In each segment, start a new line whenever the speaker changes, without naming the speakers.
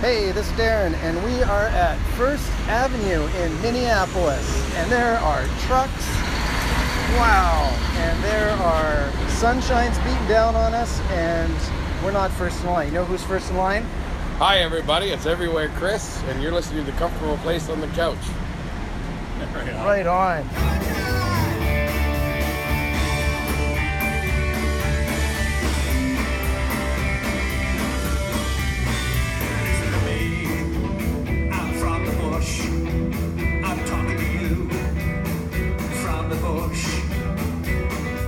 Hey, this is Darren, and we are at First Avenue in Minneapolis. And there are trucks. Wow. And there are sunshines beating down on us, and we're not first in line. You know who's first in line?
Hi, everybody. It's Everywhere Chris, and you're listening to The Comfortable Place on the Couch.
Right on.
I'm from the bush. I'm talking to you from the bush.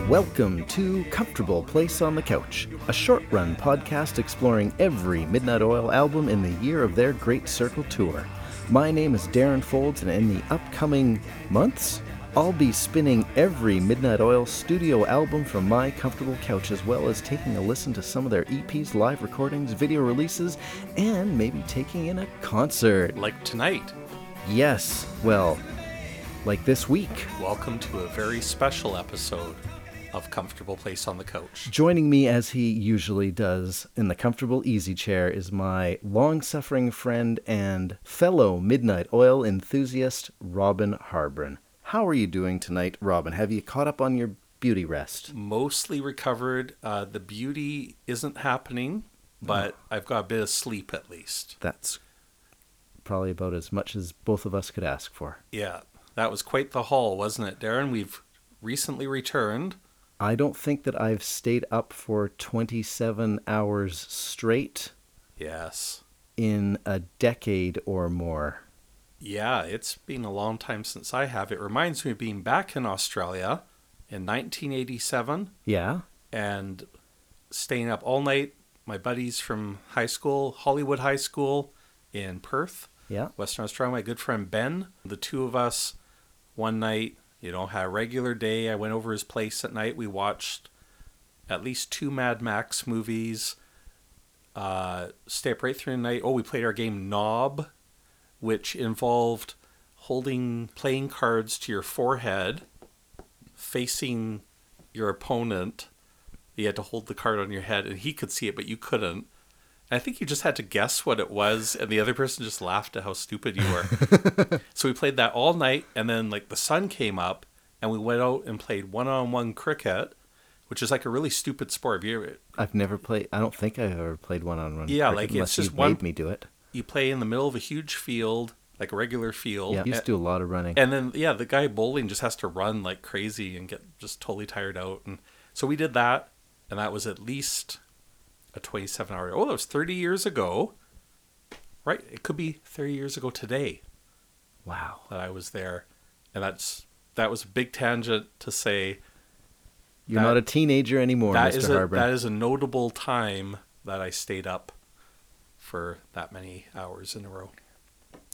Welcome to Comfortable Place on the Couch, a short run podcast exploring every Midnight Oil album in the year of their Great Circle Tour. My name is Darren Folds, and in the upcoming months, I'll be spinning every Midnight Oil studio album from my comfortable couch, as well as taking a listen to some of their EPs, live recordings, video releases, and maybe taking in a concert.
Like tonight,
Yes, well, like this week.
welcome to a very special episode of Comfortable Place on the Couch.
Joining me as he usually does in the comfortable easy chair is my long suffering friend and fellow Midnight Oil enthusiast, Robin Harbron. How are you doing tonight, Robin? Have you caught up on your beauty rest?
Mostly recovered. Uh, the beauty isn't happening, but I've got a bit of sleep at least.
That's probably about as much as both of us could ask for.
Yeah, that was quite the haul, wasn't it, Darren? We've recently returned.
I don't think that I've stayed up for 27 hours straight
Yes.
in a decade or more.
Yeah, it's been a long time since I have. It reminds me of being back in Australia in 1987.
Yeah?
and staying up all night. My buddies from high school, Hollywood High School in Perth,
Yeah?
Western Australia, my good friend Ben, the two of us one night, you know, had a regular day. I went over his place at night. We watched at least two Mad Max movies, uh, stay up right through the night. Oh, we played our game Knob, which involved holding playing cards to your forehead, facing your opponent. You had to hold the card on your head, and he could see it, but you couldn't. I think you just had to guess what it was, and the other person just laughed at how stupid you were. so we played that all night, and then like the sun came up, and we went out and played one-on-one cricket, which is like a really stupid sport. Have you ever-
I've never played. I don't think I've ever played one on one.
Yeah, like, it's
unless
just
you
one-
made me do it.
you play in the middle of a huge field, like a regular field.
Yeah, you used to do a lot of running.
And then yeah, the guy bowling just has to run like crazy and get just totally tired out. And so we did that, and that was at least a twenty-seven hour. Oh, that was thirty years ago. Right, it could be thirty years ago today
wow.
that I was there, and that's that was a big tangent to say
You're
that-
not a teenager anymore,
that
Mr.
is a,
Harbin.
that is a notable time that I stayed up for that many hours in a row.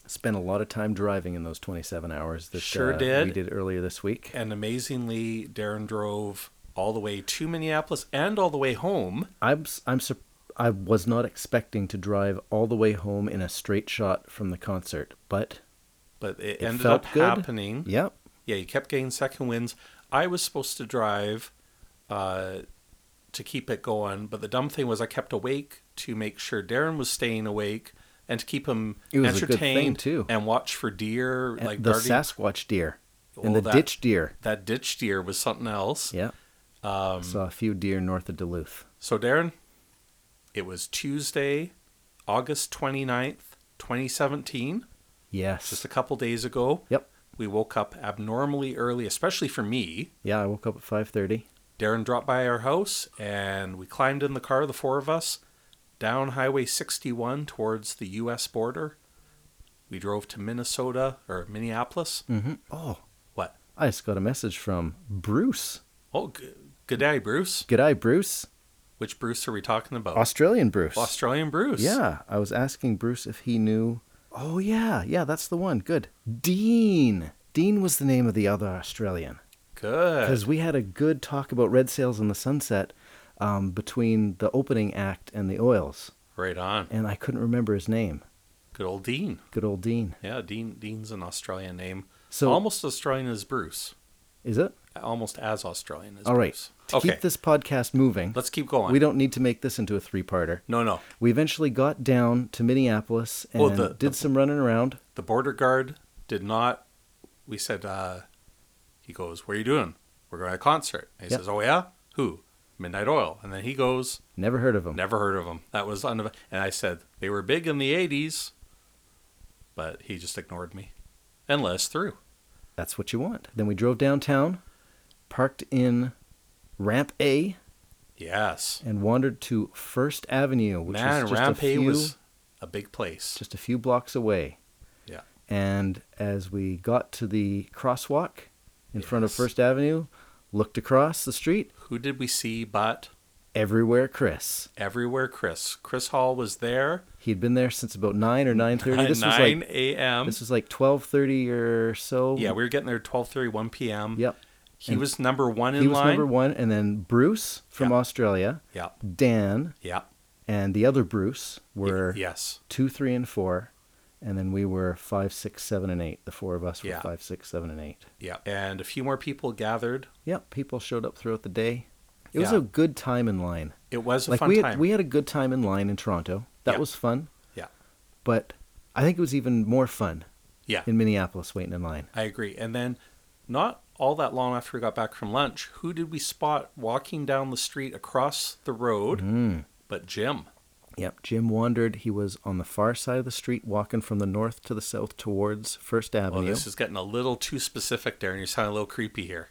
Spent a lot of time driving in those 27 hours that
Sure
uh, we
did.
did earlier this week.
And amazingly, Darren drove all the way to Minneapolis and all the way home.
I'm s- I'm sur- I was not expecting to drive all the way home in a straight shot from the concert, but
but it,
It
ended
felt
up
good?
happening.
yep,
Yeah, you kept getting second wins. I was supposed to drive uh, to keep it going, but the dumb thing was I kept awake to make sure Darren was staying awake and to keep him
It was a good
entertained
thing, too.
and watch for deer,
and
like
the
guarding-
Sasquatch deer
Oh,
and the
that-
ditch deer.
That ditch deer was something else.
Yeah,
Um,
saw a few deer north of Duluth.
So, Darren, it was Tuesday, August 29th, 2017,
Yes.
just a couple days ago.
Yep.
We woke up abnormally early, especially for me.
Yeah, I woke up at 5:30.
Darren dropped by our house and we climbed in the car, the four of us, down Highway 61 towards the U.S. border. We drove to Minnesota or Minneapolis.
Mm-hmm. Oh,
What?
I just got a message from Bruce.
Oh, g- good day, Bruce.
G'day, Bruce.
Which Bruce are we talking about?
Australian Bruce.
Australian Oh. Bruce.
Yeah, I was asking Bruce if he knew. Oh yeah, yeah, that's the one. Good. Dean. Dean was the name of the other Australian
Good.
because we had a good talk about red sails in the sunset um, between the opening act and the oils,
Right on.
and I couldn't remember his name.
Good old Dean.
Good old Dean.
Yeah, Dean. Dean's an Australian name.
So
Almost Australian as Bruce.
Is it?
almost as Australian as
All right.
Bruce.
To
okay,
keep this podcast moving,
let's keep going.
we don't need to make this into a three parter.
No, no.
We eventually got down to Minneapolis and
Oh, the-
did
the-
some running around.
The border guard did not. We said, uh, he goes, "What are you doing? We're going to a concert." And he
Yep.
says, "Oh yeah, who? Midnight Oil." And then he goes,
Never heard of them.
"Never heard of them." That was un- And I said they were big in the '80s, but he just ignored me and let us through.
That's what you want. Then we drove downtown, parked in Ramp A,
Yes,
and wandered to First Avenue, which
man,
was just
Rampe
a few,
was a big place.
just a few blocks away.
Yeah.
And as we got to the crosswalk in front of
Yes.
First Avenue, looked across the street,
Who did we see? But
everywhere Chris.
everywhere, Chris. Chris Hall was there
He'd been there since about nine or nine thirty.
at
This was
nine
like
a.m.
this was like twelve thirty or so.
Yeah, we were getting there 12:30, 1 p.m.
Yep.
He
And
was number one in
He was
line.
number one, and then Bruce from
Yeah.
Australia,
Yeah,
Dan,
yeah.
and the other Bruce were
yes,
two, three, and four, and then we were five, six, seven, and eight. The four of us were
Yeah.
five, six, seven, and eight.
yeah. And a few more people gathered.
Yep, people showed up throughout the day. It was
Yeah.
a good time in line.
It was a
like
fun
we had,
time.
we had a good time in line in Toronto. That
Yeah.
was fun.
Yeah.
But I think it was even more fun
yeah,
in Minneapolis waiting in line.
I agree. And then, not all that long after we got back from lunch, who did we spot walking down the street across the
Mm-hmm.
road? But Jim.
Yep. Jim wandered. He was on the far side of the street, walking from the north to the south towards First
Well,
Avenue.
Oh, this is getting a little too specific there, and you're sounding a little creepy here.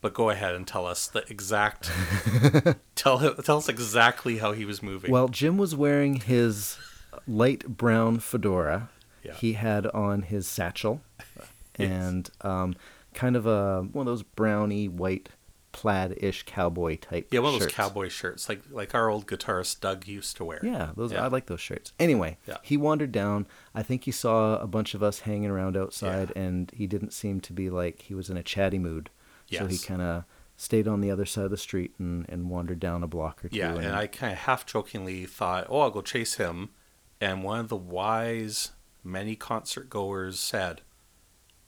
But go ahead and tell us the exact. tell tell us exactly how he was moving.
Well, Jim was wearing his light brown fedora.
Yeah.
He had on his satchel and um, kind of a one of those browny white plaid-ish cowboy type.
Yeah, one of those
shirts.
cowboy shirts, like like our old guitarist Doug used to wear.
Yeah, those
Yeah.
I like those shirts. Anyway,
Yeah.
he wandered down. I think he saw a bunch of us hanging around outside, and he didn't seem to be like he was in a chatty mood. So he
Yes.
kind of stayed on the other side of the street and, and wandered down a block or two.
Yeah, and I kind of half jokingly thought, "Oh, I'll go chase him," and one of the wise many concert goers said,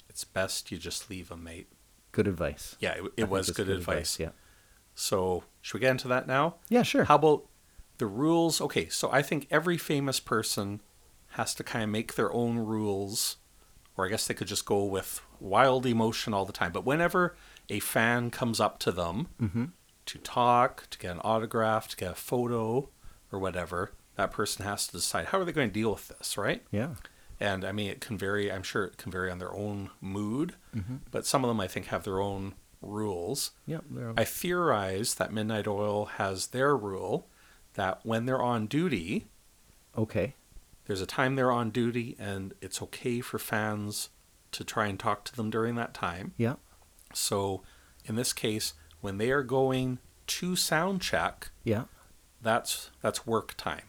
"It's best you just leave him, mate."
good advice.
Yeah, it,
I
it
think
was
that's
good, advice.
Yeah.
So should we get into that now?
Yeah, sure.
How about the rules? Okay, so I think every famous person has to kind of make their own rules, or I guess they could just go with wild emotion all the time. But whenever a fan comes up to them to talk, to get an autograph, to get a photo, or whatever, that person has to decide how are they going to deal with this, right?
Yeah.
And I mean, it can vary. I'm sure it can vary on their own mood, but some of them I think have their own rules.
Yep. they're-
I theorize that Midnight Oil has their rule that when they're on duty,
okay.
there's a time they're on duty and it's okay for fans to try and talk to them during that time.
Yeah.
So in this case, when they are going to sound check,
Yeah.
that's that's work time.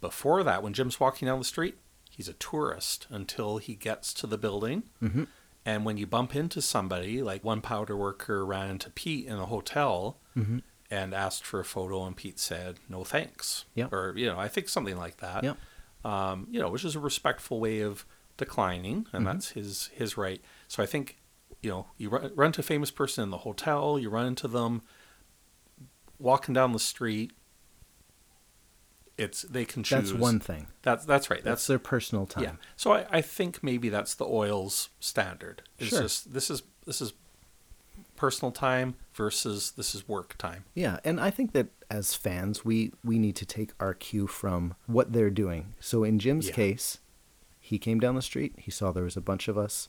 Before that, when Jim's walking down the street, he's a tourist until he gets to the building.
Mhm.
And when you bump into somebody, like one powder worker ran into Pete in a hotel
Mhm.
and asked for a photo, and Pete said, "No thanks,"
Yep.
or you know, I think something like that.
Yep.
Um, you know, which is a respectful way of declining,
Mm-hmm.
and that's his his right. So I think, you know, you run, run to a famous person in the hotel, you run into them walking down the street. It's they can choose.
That's one thing.
That's that's right.
That's
That's,
their personal time.
yeah. So I, I think maybe that's the oil's standard. It's
Sure.
just this is this is personal time versus this is work time.
Yeah, and I think that as fans, we we need to take our cue from what they're doing. So in Jim's
Yeah.
case, he came down the street. He saw there was a bunch of us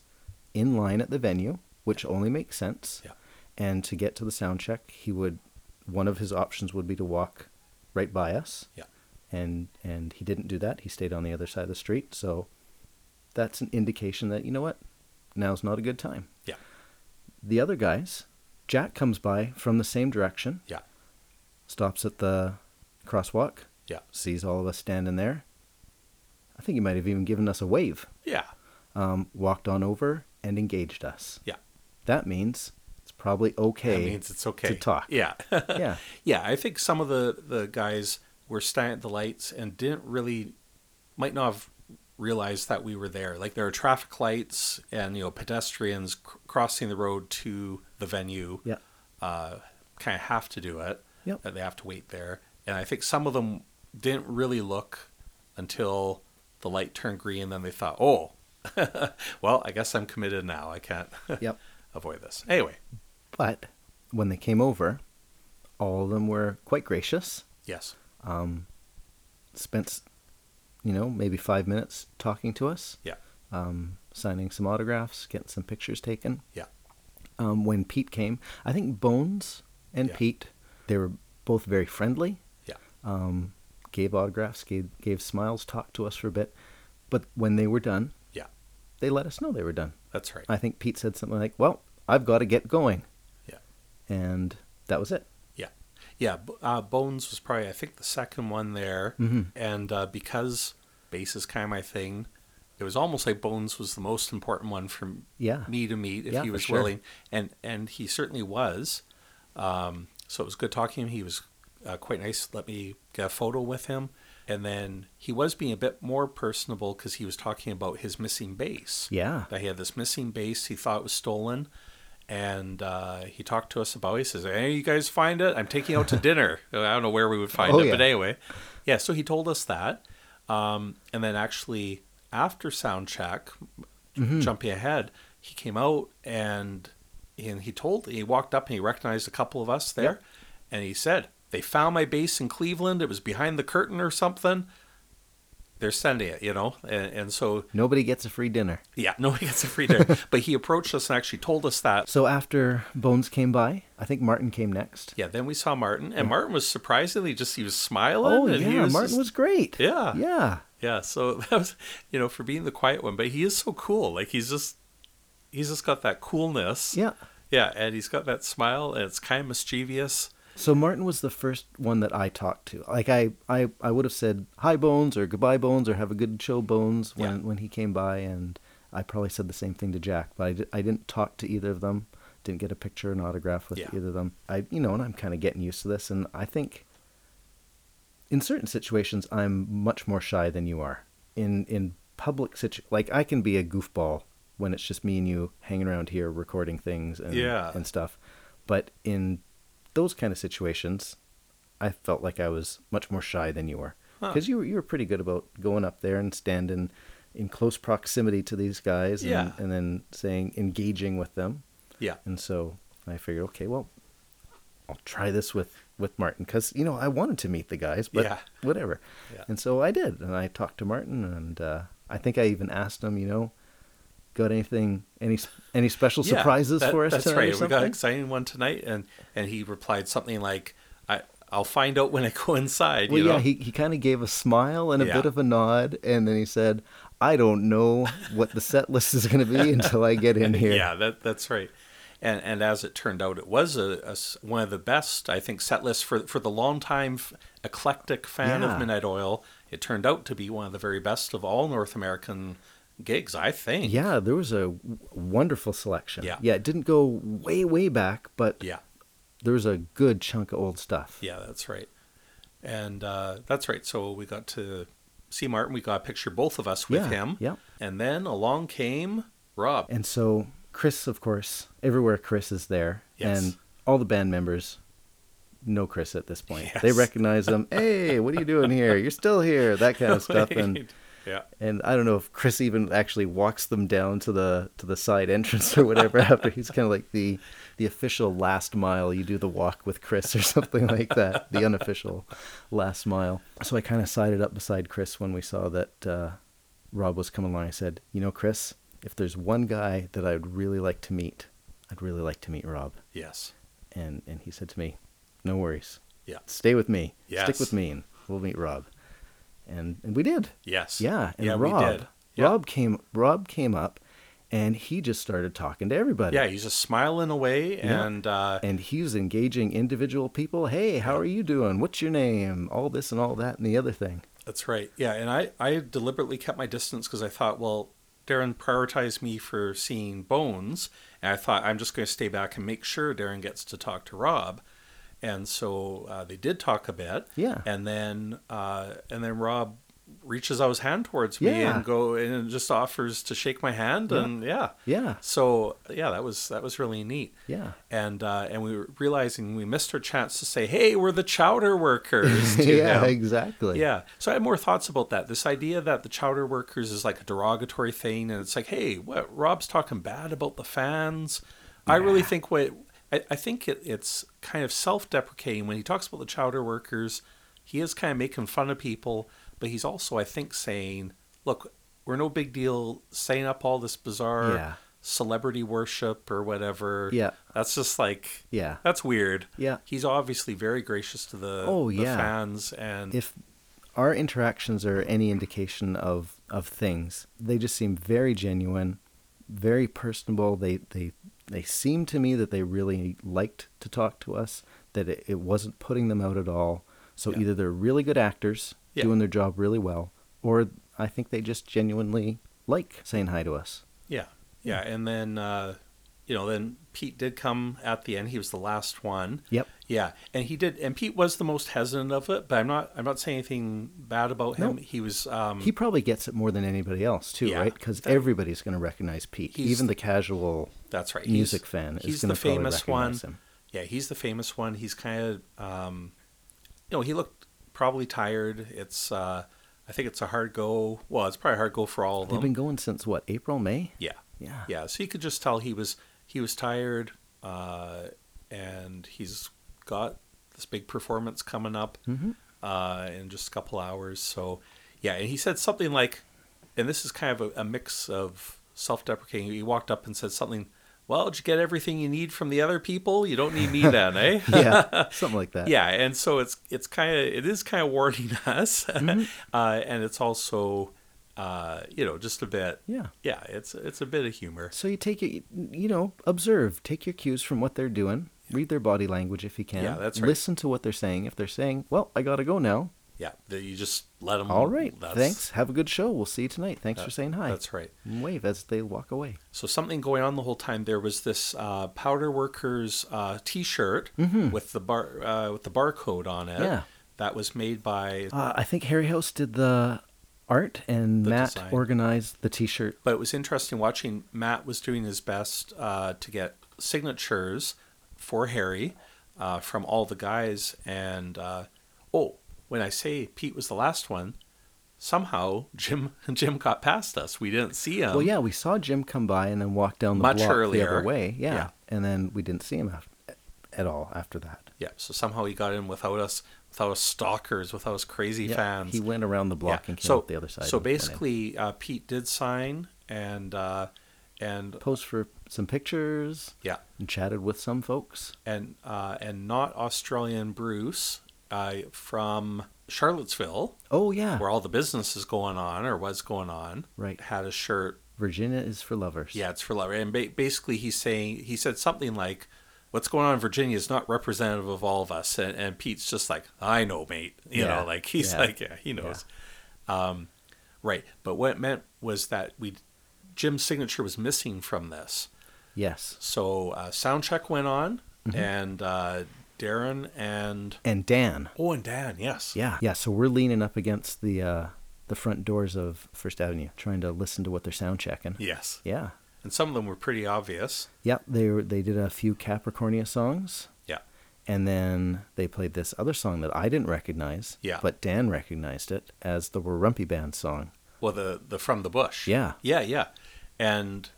in line at the venue, which only makes sense.
Yeah.
And to get to the sound check, he would one of his options would be to walk right by us.
Yeah.
And and he didn't do that. He stayed on the other side of the street. So that's an indication that you know what, now's not a good time.
Yeah.
The other guys, Jack comes by from the same direction
Yeah.
stops at the crosswalk.
Yeah.
Sees all of us standing there. I think he might have even given us a wave.
Yeah.
Um, walked on over and engaged us.
Yeah.
That means it's probably okay.
That means it's okay
to talk.
Yeah.
yeah.
yeah. I think some of the the guys were standing at the lights and didn't really might not have realize that we were there. Like there are traffic lights and you know pedestrians c- crossing the road to the venue.
Yeah.
Uh, kind of have to do it.
Yep.
That they have to wait there, and I think some of them didn't really look until the light turned green. Then they thought, oh, well, I guess I'm committed now. I can't
Yep.
avoid this. Anyway,
But when they came over, all of them were quite gracious.
yes,
Um, spent, you know, maybe five minutes talking to us.
Yeah.
Um, signing some autographs, getting some pictures taken.
Yeah.
Um, when Pete came, I think Bones and
Yeah.
Pete, they were both very friendly.
Yeah.
Um, gave autographs, gave gave smiles, talked to us for a bit, but when they were done,
Yeah.
they let us know they were done.
that's right.
I think Pete said something like, "Well, I've got to get going."
Yeah.
And that was it.
Yeah, B- uh, Bones was probably I think the second one there,
Mhm.
and uh, because bass is kind of my thing, it was almost like Bones was the most important one for m-
Yeah.
me to meet if
Yeah,
he
for
was
sure.
willing, and and he certainly was. Um, so it was good talking to him. He was uh, quite nice. Let me get a photo with him, and then he was being a bit more personable because he was talking about his missing bass
Yeah.
that he had this missing base he thought was stolen and uh, he talked to us about it. He says, Hey, you guys find it? I'm taking you out to dinner. I don't know where we would find
Oh,
it,
yeah.
but anyway. Yeah, so he told us that. Um, and then actually, after sound check,
Mm-hmm.
jumping ahead, he came out and and he told he walked up and he recognized a couple of us there and he said they found my base in cleveland it was behind the curtain or something they're sending it you know and, and so
Nobody gets a free dinner.
yeah, no one gets a free dinner. but he approached us and actually told us that.
So after Bones came by, I think Martin came next.
Yeah, then we saw Martin, and Martin was surprisingly just he was smiling.
Oh
and he
yeah, Martin
just-
was great.
Yeah.
Yeah.
Yeah, so that was you know for being the quiet one, but he is so cool. Like he's just he's just got that coolness.
Yeah.
yeah, and he's got that smile, and it's kind of mischievous.
So Martin was the first one that I talked to. Like I, I, I would have said hi Bones or goodbye Bones or have a good show Bones when,
Yeah.
when he came by, and I probably said the same thing to Jack, but I, di- I didn't talk to either of them. Didn't get a picture, an autograph with
Yeah.
either of them. I, you know, and I'm kind of getting used to this, and I think in certain situations I'm much more shy than you are. In in public situ like I can be a goofball when it's just me and you hanging around here recording things and
Yeah.
and stuff. But in those kind of situations, I felt like I was much more shy than you were
Huh.
because you were you were pretty good about going up there and standing in close proximity to these guys and,
Yeah.
and then saying engaging with them.
Yeah,
And so I figured, okay, well, I'll try this with with Martin because you know I wanted to meet the guys, but
Yeah.
whatever.
Yeah.
And so I did, and I talked to Martin, and uh, I think I even asked him, you know, got anything, any any special
Yeah,
surprises
that-
for us
That's
tonight
right.
or
We got an
something?
exciting one tonight, and and he replied something like, "I I'll find out when I go inside."
Well,
you know?
yeah, he, he kind of gave a smile and a
Yeah.
bit of a nod, and then he said, "I don't know what the set list is going to be until I get in here."
Yeah, that that's right. And and as it turned out, it was a, a s- one of the best I think set lists for for the longtime f- eclectic fan
Yeah.
of Midnight Oil. It turned out to be one of the very best of all North American gigs, I think.
Yeah, there was a w- wonderful selection.
Yeah.
yeah, it didn't go way way back, but
yeah,
there was a good chunk of old stuff.
yeah, that's right. And uh, that's right. So we got to see Martin. We got a picture both of us with
Yeah,
him.
yeah.
And then along came Rob.
And so Chris, of course, everywhere Chris is there,
Yes.
and all the band members know Chris at this point. They
Yes.
recognize him. Hey, what are you doing here? You're still here. That kind of stuff. And
yeah.
and I don't know if Chris even actually walks them down to the to the side entrance or whatever after he's kind of like the the official last mile you do the walk with Chris or something like that the unofficial last mile so I kind of sided up beside Chris when we saw that uh, Rob was coming along I said you know Chris if there's one guy that I'd really like to meet I'd really like to meet Rob
Yes.
and and he said to me no worries
Yeah.
stay with me stick
Yes.
with me and we'll meet Rob and and we did
Yes.
yeah, and
yeah,
Rob,
we did. Yeah.
Rob came, Rob came up, and he just started talking to everybody.
Yeah, he's just smiling away,
Yeah.
and uh,
and he was engaging individual people. Hey, how are you doing? What's your name? All this and all that and the other thing.
that's right. Yeah, and I I deliberately kept my distance because I thought, well, Darren prioritized me for seeing Bones, and I thought I'm just going to stay back and make sure Darren gets to talk to Rob, and so uh, they did talk a bit.
Yeah.
and then uh, and then Rob reaches out his hand towards me
Yeah.
and go and just offers to shake my hand and yeah
Yeah.
so yeah that was that was really neat
Yeah.
and uh, and we were realizing we missed our chance to say hey we're the chowder workers to
yeah,
him.
exactly.
Yeah. So I had more thoughts about that. This idea that the chowder workers is like a derogatory thing, and it's like, hey, what Rob's talking bad about the fans. I really think what I, I think it, it's kind of self-deprecating when he talks about the chowder workers. He is kind of making fun of people, but he's also, I think, saying, look, we're no big deal saying up all this bizarre
Yeah.
celebrity worship or whatever.
Yeah.
That's just like.
Yeah.
That's weird.
Yeah.
He's obviously very gracious to the,
Oh,
the
yeah.
fans and
If our interactions are any indication of of things, they just seem very genuine, very personable. They they they seem to me that they really liked to talk to us. That it, it wasn't putting them out at all. So either they're really good actors
Yeah.
doing their job really well, or I think they just genuinely like saying hi to us.
Yeah, yeah, and then uh, you know, then Pete did come at the end. He was the last one.
Yep.
Yeah, and he did, and Pete was the most hesitant of it. But I'm not, I'm not saying anything bad about him. He was, um,
He probably gets it more than anybody else too,
Yeah.
right? Because everybody's going to recognize Pete,
He's-
even the casual
that's right.
music
he's,
fan is
He's
gonna
the
probably
famous one.
recognize him.
Yeah, he's the famous one. He's kind of, um, you know, he looked probably tired. It's, uh, I think it's a hard go. Well, it's probably a hard go for all of
They've
them.
been going since what April, May?
Yeah.
Yeah.
Yeah. So you could just tell he was he was tired, uh, and he's got this big performance coming up uh, in just a couple hours. So yeah, and he said something like, and this is kind of a, a mix of self-deprecating. He walked up and said something. Well, did you get everything you need from the other people? You don't need me then, eh?
yeah, something like that.
yeah and so it's it's kind of it is kind of warning us uh, and it's also uh, you know just a bit
Yeah.
yeah it's it's a bit of humor
So you take your, you know, observe, take your cues from what they're doing, read their body language if you can.
Yeah, that's right.
Listen to what they're saying. If they're saying, "Well, I gotta go now,"
yeah that you just let them
all right, thanks. Have a good show. We'll see you tonight. Thanks for saying hi.
that's right
And Wave as they walk away.
so something going on the whole time there was this uh, powder workers uh, t-shirt with the bar uh, with the barcode on it
Mm-hmm. Yeah.
that was made by
Uh, I think Harry House did the art, and
The
Matt
design.
organized the T-shirt.
but it was interesting watching Matt was doing his best uh, to get signatures for Harry uh, from all the guys. And uh, oh, when I say Pete was the last one, somehow Jim Jim got past us. We didn't see him.
well, yeah, we saw Jim come by and then walk down the
Oh. Much
block the
earlier.
other way. Yeah.
Yeah.
and then we didn't see him af- at all after that.
Yeah, So somehow he got in without us, without us stalkers, without us crazy
Yeah,
fans.
He went around the block and came
so
out the other side.
So
and went in.
basically, uh, Pete did sign and uh, and
posed for some pictures
yeah.
and chatted with some folks.
and uh, and not Australian Bruce uh, from Charlottesville,
Oh yeah,
where all the business is going on or was going on.
Right.
had a shirt.
Virginia is for lovers.
Yeah, it's for love. And ba- basically, he's saying he said something like, "What's going on in Virginia is not representative of all of us." And, and Pete's just like, "I know, mate." You
Yeah,
know, like he's
yeah,
like, "Yeah, he knows." Um, right. But what it meant was that we Jim's signature was missing from this.
Yes.
So uh, sound check went on,
Mm-hmm.
and uh, Darren and
And Dan.
oh, and Dan, yes,
Yeah. Yeah. So we're leaning up against the uh, the front doors of First Avenue, trying to listen to what they're sound checking.
yes,
Yeah.
and some of them were pretty obvious.
Yeah. They were, they did a few Capricornia songs,
Yeah,
and then they played this other song that I didn't recognize.
Yeah.
But Dan recognized it as the Rumpy Band song.
well, the the from the bush.
Yeah.
yeah, yeah, and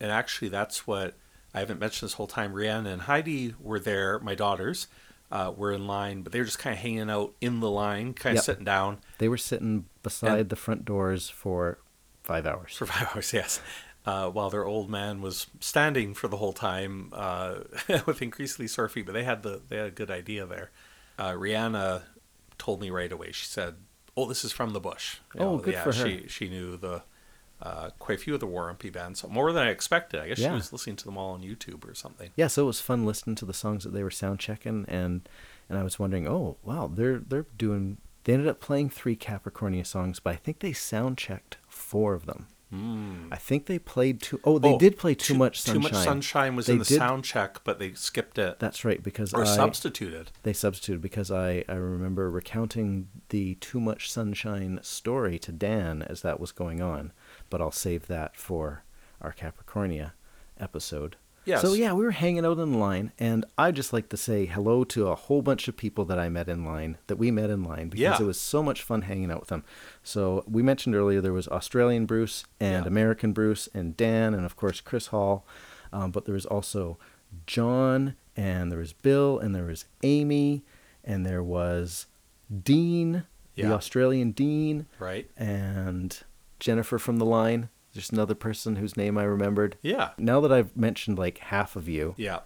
and actually, that's what I haven't mentioned this whole time. Rihanna and Heidi were there. My daughters uh, were in line, but they were just kind of hanging out in the line, kind of
Yep.
sitting down.
They were sitting beside the front doors for five hours.
for five hours, yes. Uh, while their old man was standing for the whole time uh, with increasingly sore feet, but they had the they had a good idea there. Uh, Rihanna told me right away. She said, "Oh, this is from the bush." You
Oh, good for her.
She she knew the uh, quite a few of the Warrumpy bands, so more than I expected. I guess
Yeah.
she was listening to them all on YouTube or something.
yeah, so it was fun listening to the songs that they were sound checking and and I was wondering, oh wow, they're they're doing they ended up playing three Capricornia songs, but I think they sound checked four of them. I think they played too. Oh, they did play too, much sunshine.
Hmm. Too much sunshine was in
They
the
did-
sound check, but they skipped it
That's right, because I,
or substituted.
they substituted because I, I remember recounting the too much sunshine story to Dan as that was going on, but I'll save that for our Capricornia episode.
Yes.
So yeah, we were hanging out in line, and I just like to say hello to a whole bunch of people that I met in line, that we met in line, because
Yeah.
it was so much fun hanging out with them. So we mentioned earlier there was Australian Bruce and
Yeah.
American Bruce and Dan and of course Chris Hall, um, but there was also John and there was Bill and there was Amy and there was Dean, the
Yeah.
Australian Dean,
Right?
and Jennifer from the line. Just another person whose name I remembered.
Yeah.
Now that I've mentioned like half of you,
Yeah.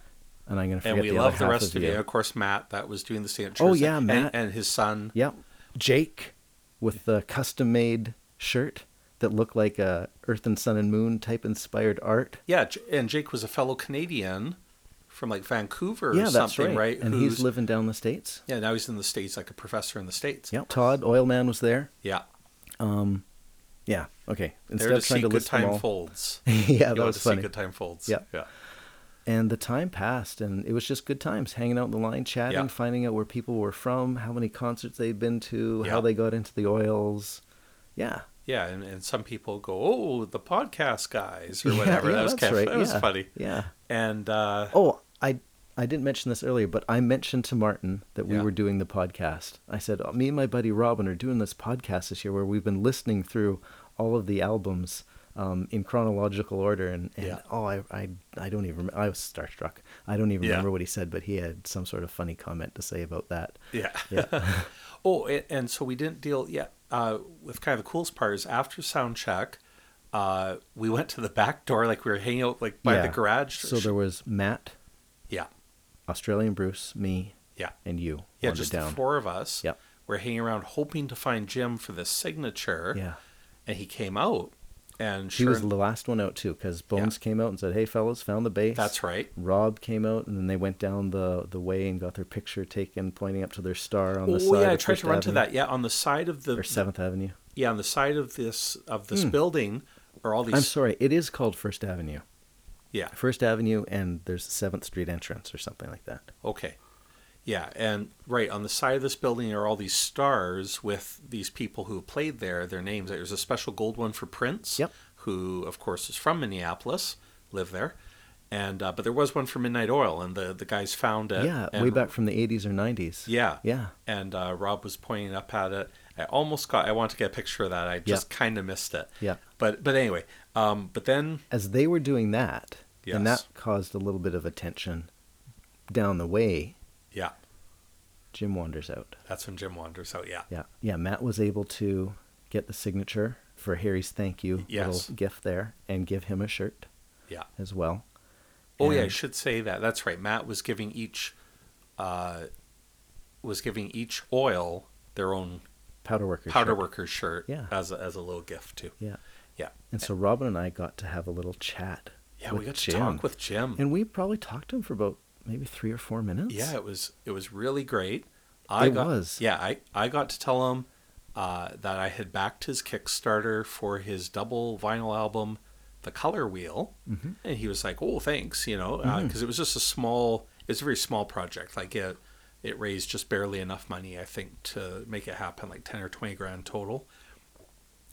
and I'm gonna forget
and we
the
love
other
the
half
rest
of
of you.
you.
And Of course, Matt, that was doing the Santa
Oh,
Cruz
yeah,
and,
Matt.
and his son.
Yep, Jake with the custom-made shirt that looked like a Earth and Sun and Moon type inspired art.
Yeah, J- and Jake was a fellow Canadian from like Vancouver
yeah,
or
that's
something,
right.
right?
And
Who's
he's living down the states.
yeah, now he's in the states, like a professor in the states.
Yep. Todd Oilman was there. Um,
yeah.
Yeah. Okay.
There
Instead
to
of trying
see
to
good
list them
time
all,
folds.
yeah,
You
that
go
was
to see
funny.
good time folds.
Yeah.
yeah,
And the time passed, and it was just good times hanging out in the line, chatting,
Yeah.
finding out where people were from, how many concerts they'd been to, how
Yeah.
they got into the oils. Yeah.
yeah. And, and some people go, "Oh, the podcast guys" or
Yeah,
whatever.
yeah,
that was
that's
kind of-
right,
that was
yeah.
funny.
Yeah.
And uh,
Oh, I I didn't mention this earlier, but I mentioned to Martin that we
Yeah.
were doing the podcast. I said, oh, me and my buddy Robin are doing this podcast this year where we've been listening through all of the albums um, in chronological order, and, and
Yeah.
oh, I, I I don't even I was starstruck. I don't even
Yeah.
remember what he said, but he had some sort of funny comment to say about that.
Yeah. oh, and, and so we didn't deal yet uh, with kind of the coolest part is after sound check, uh, we went to the back door, like we were hanging out like by
Yeah.
the garage.
So there was Matt,
yeah,
Australian Bruce, me,
yeah,
and you.
yeah.
on the
Just the
down.
four of us.
Yep.
We're hanging around hoping to find Jim for this signature.
Yeah.
And he came out, and
She
sure,
was the last one out too, because Bones came out and said, "Hey, fellas, found the bass."
that's right.
Rob came out, and then they went down the the way and got their picture taken, pointing up to their star on the side.
Oh yeah,
of
I tried
First
to run to
Avenue,
that. Yeah, on the side of the
Or Seventh Avenue.
yeah on the side of this of this building are all these.
I'm sorry, it is called First Avenue.
Yeah.
First Avenue, and there's a Seventh Street entrance or something like that.
Okay. Yeah, and right on the side of this building are all these stars with these people who played there, their names. There's a special gold one for Prince,
Yep.
who of course is from Minneapolis, lived there, and uh, but there was one for Midnight Oil, and the the guys found it.
yeah,
and-
way back from the 80s or 90s.
Yeah,
Yeah.
and uh, Rob was pointing up at it. I almost got. I want to get a picture of that. I just kind of missed it.
Yeah.
But but anyway, um, but then
As they were doing that, and
Yes.
that caused a little bit of attention down the way,
yeah,
Jim wanders out.
that's when Jim wanders out. Yeah.
Yeah. Yeah. Matt was able to get the signature for Harry's thank you
Yes.
little gift there and give him a shirt
Yeah.
as well.
Oh yeah, I
And-
should say that. That's right. Matt was giving each, uh, was giving each oil their own
Powder worker.
powder
shirt.
worker shirt
Yeah.
as a, as a little gift too.
Yeah.
Yeah,
And so Robin and I got to have a little chat.
yeah.
with
we got to
Jim.
talk with Jim.
And we probably talked to him for about maybe three or four minutes.
yeah, it was it was really great. I
It
got,
was.
Yeah, I I got to tell him uh, that I had backed his Kickstarter for his double vinyl album, The Color Wheel,
Mm-hmm.
and he was like, "Oh, thanks," you know, because it was just a small, it was a very small project. Like it it raised just barely enough money, I think, to make it happen, like ten or twenty grand total.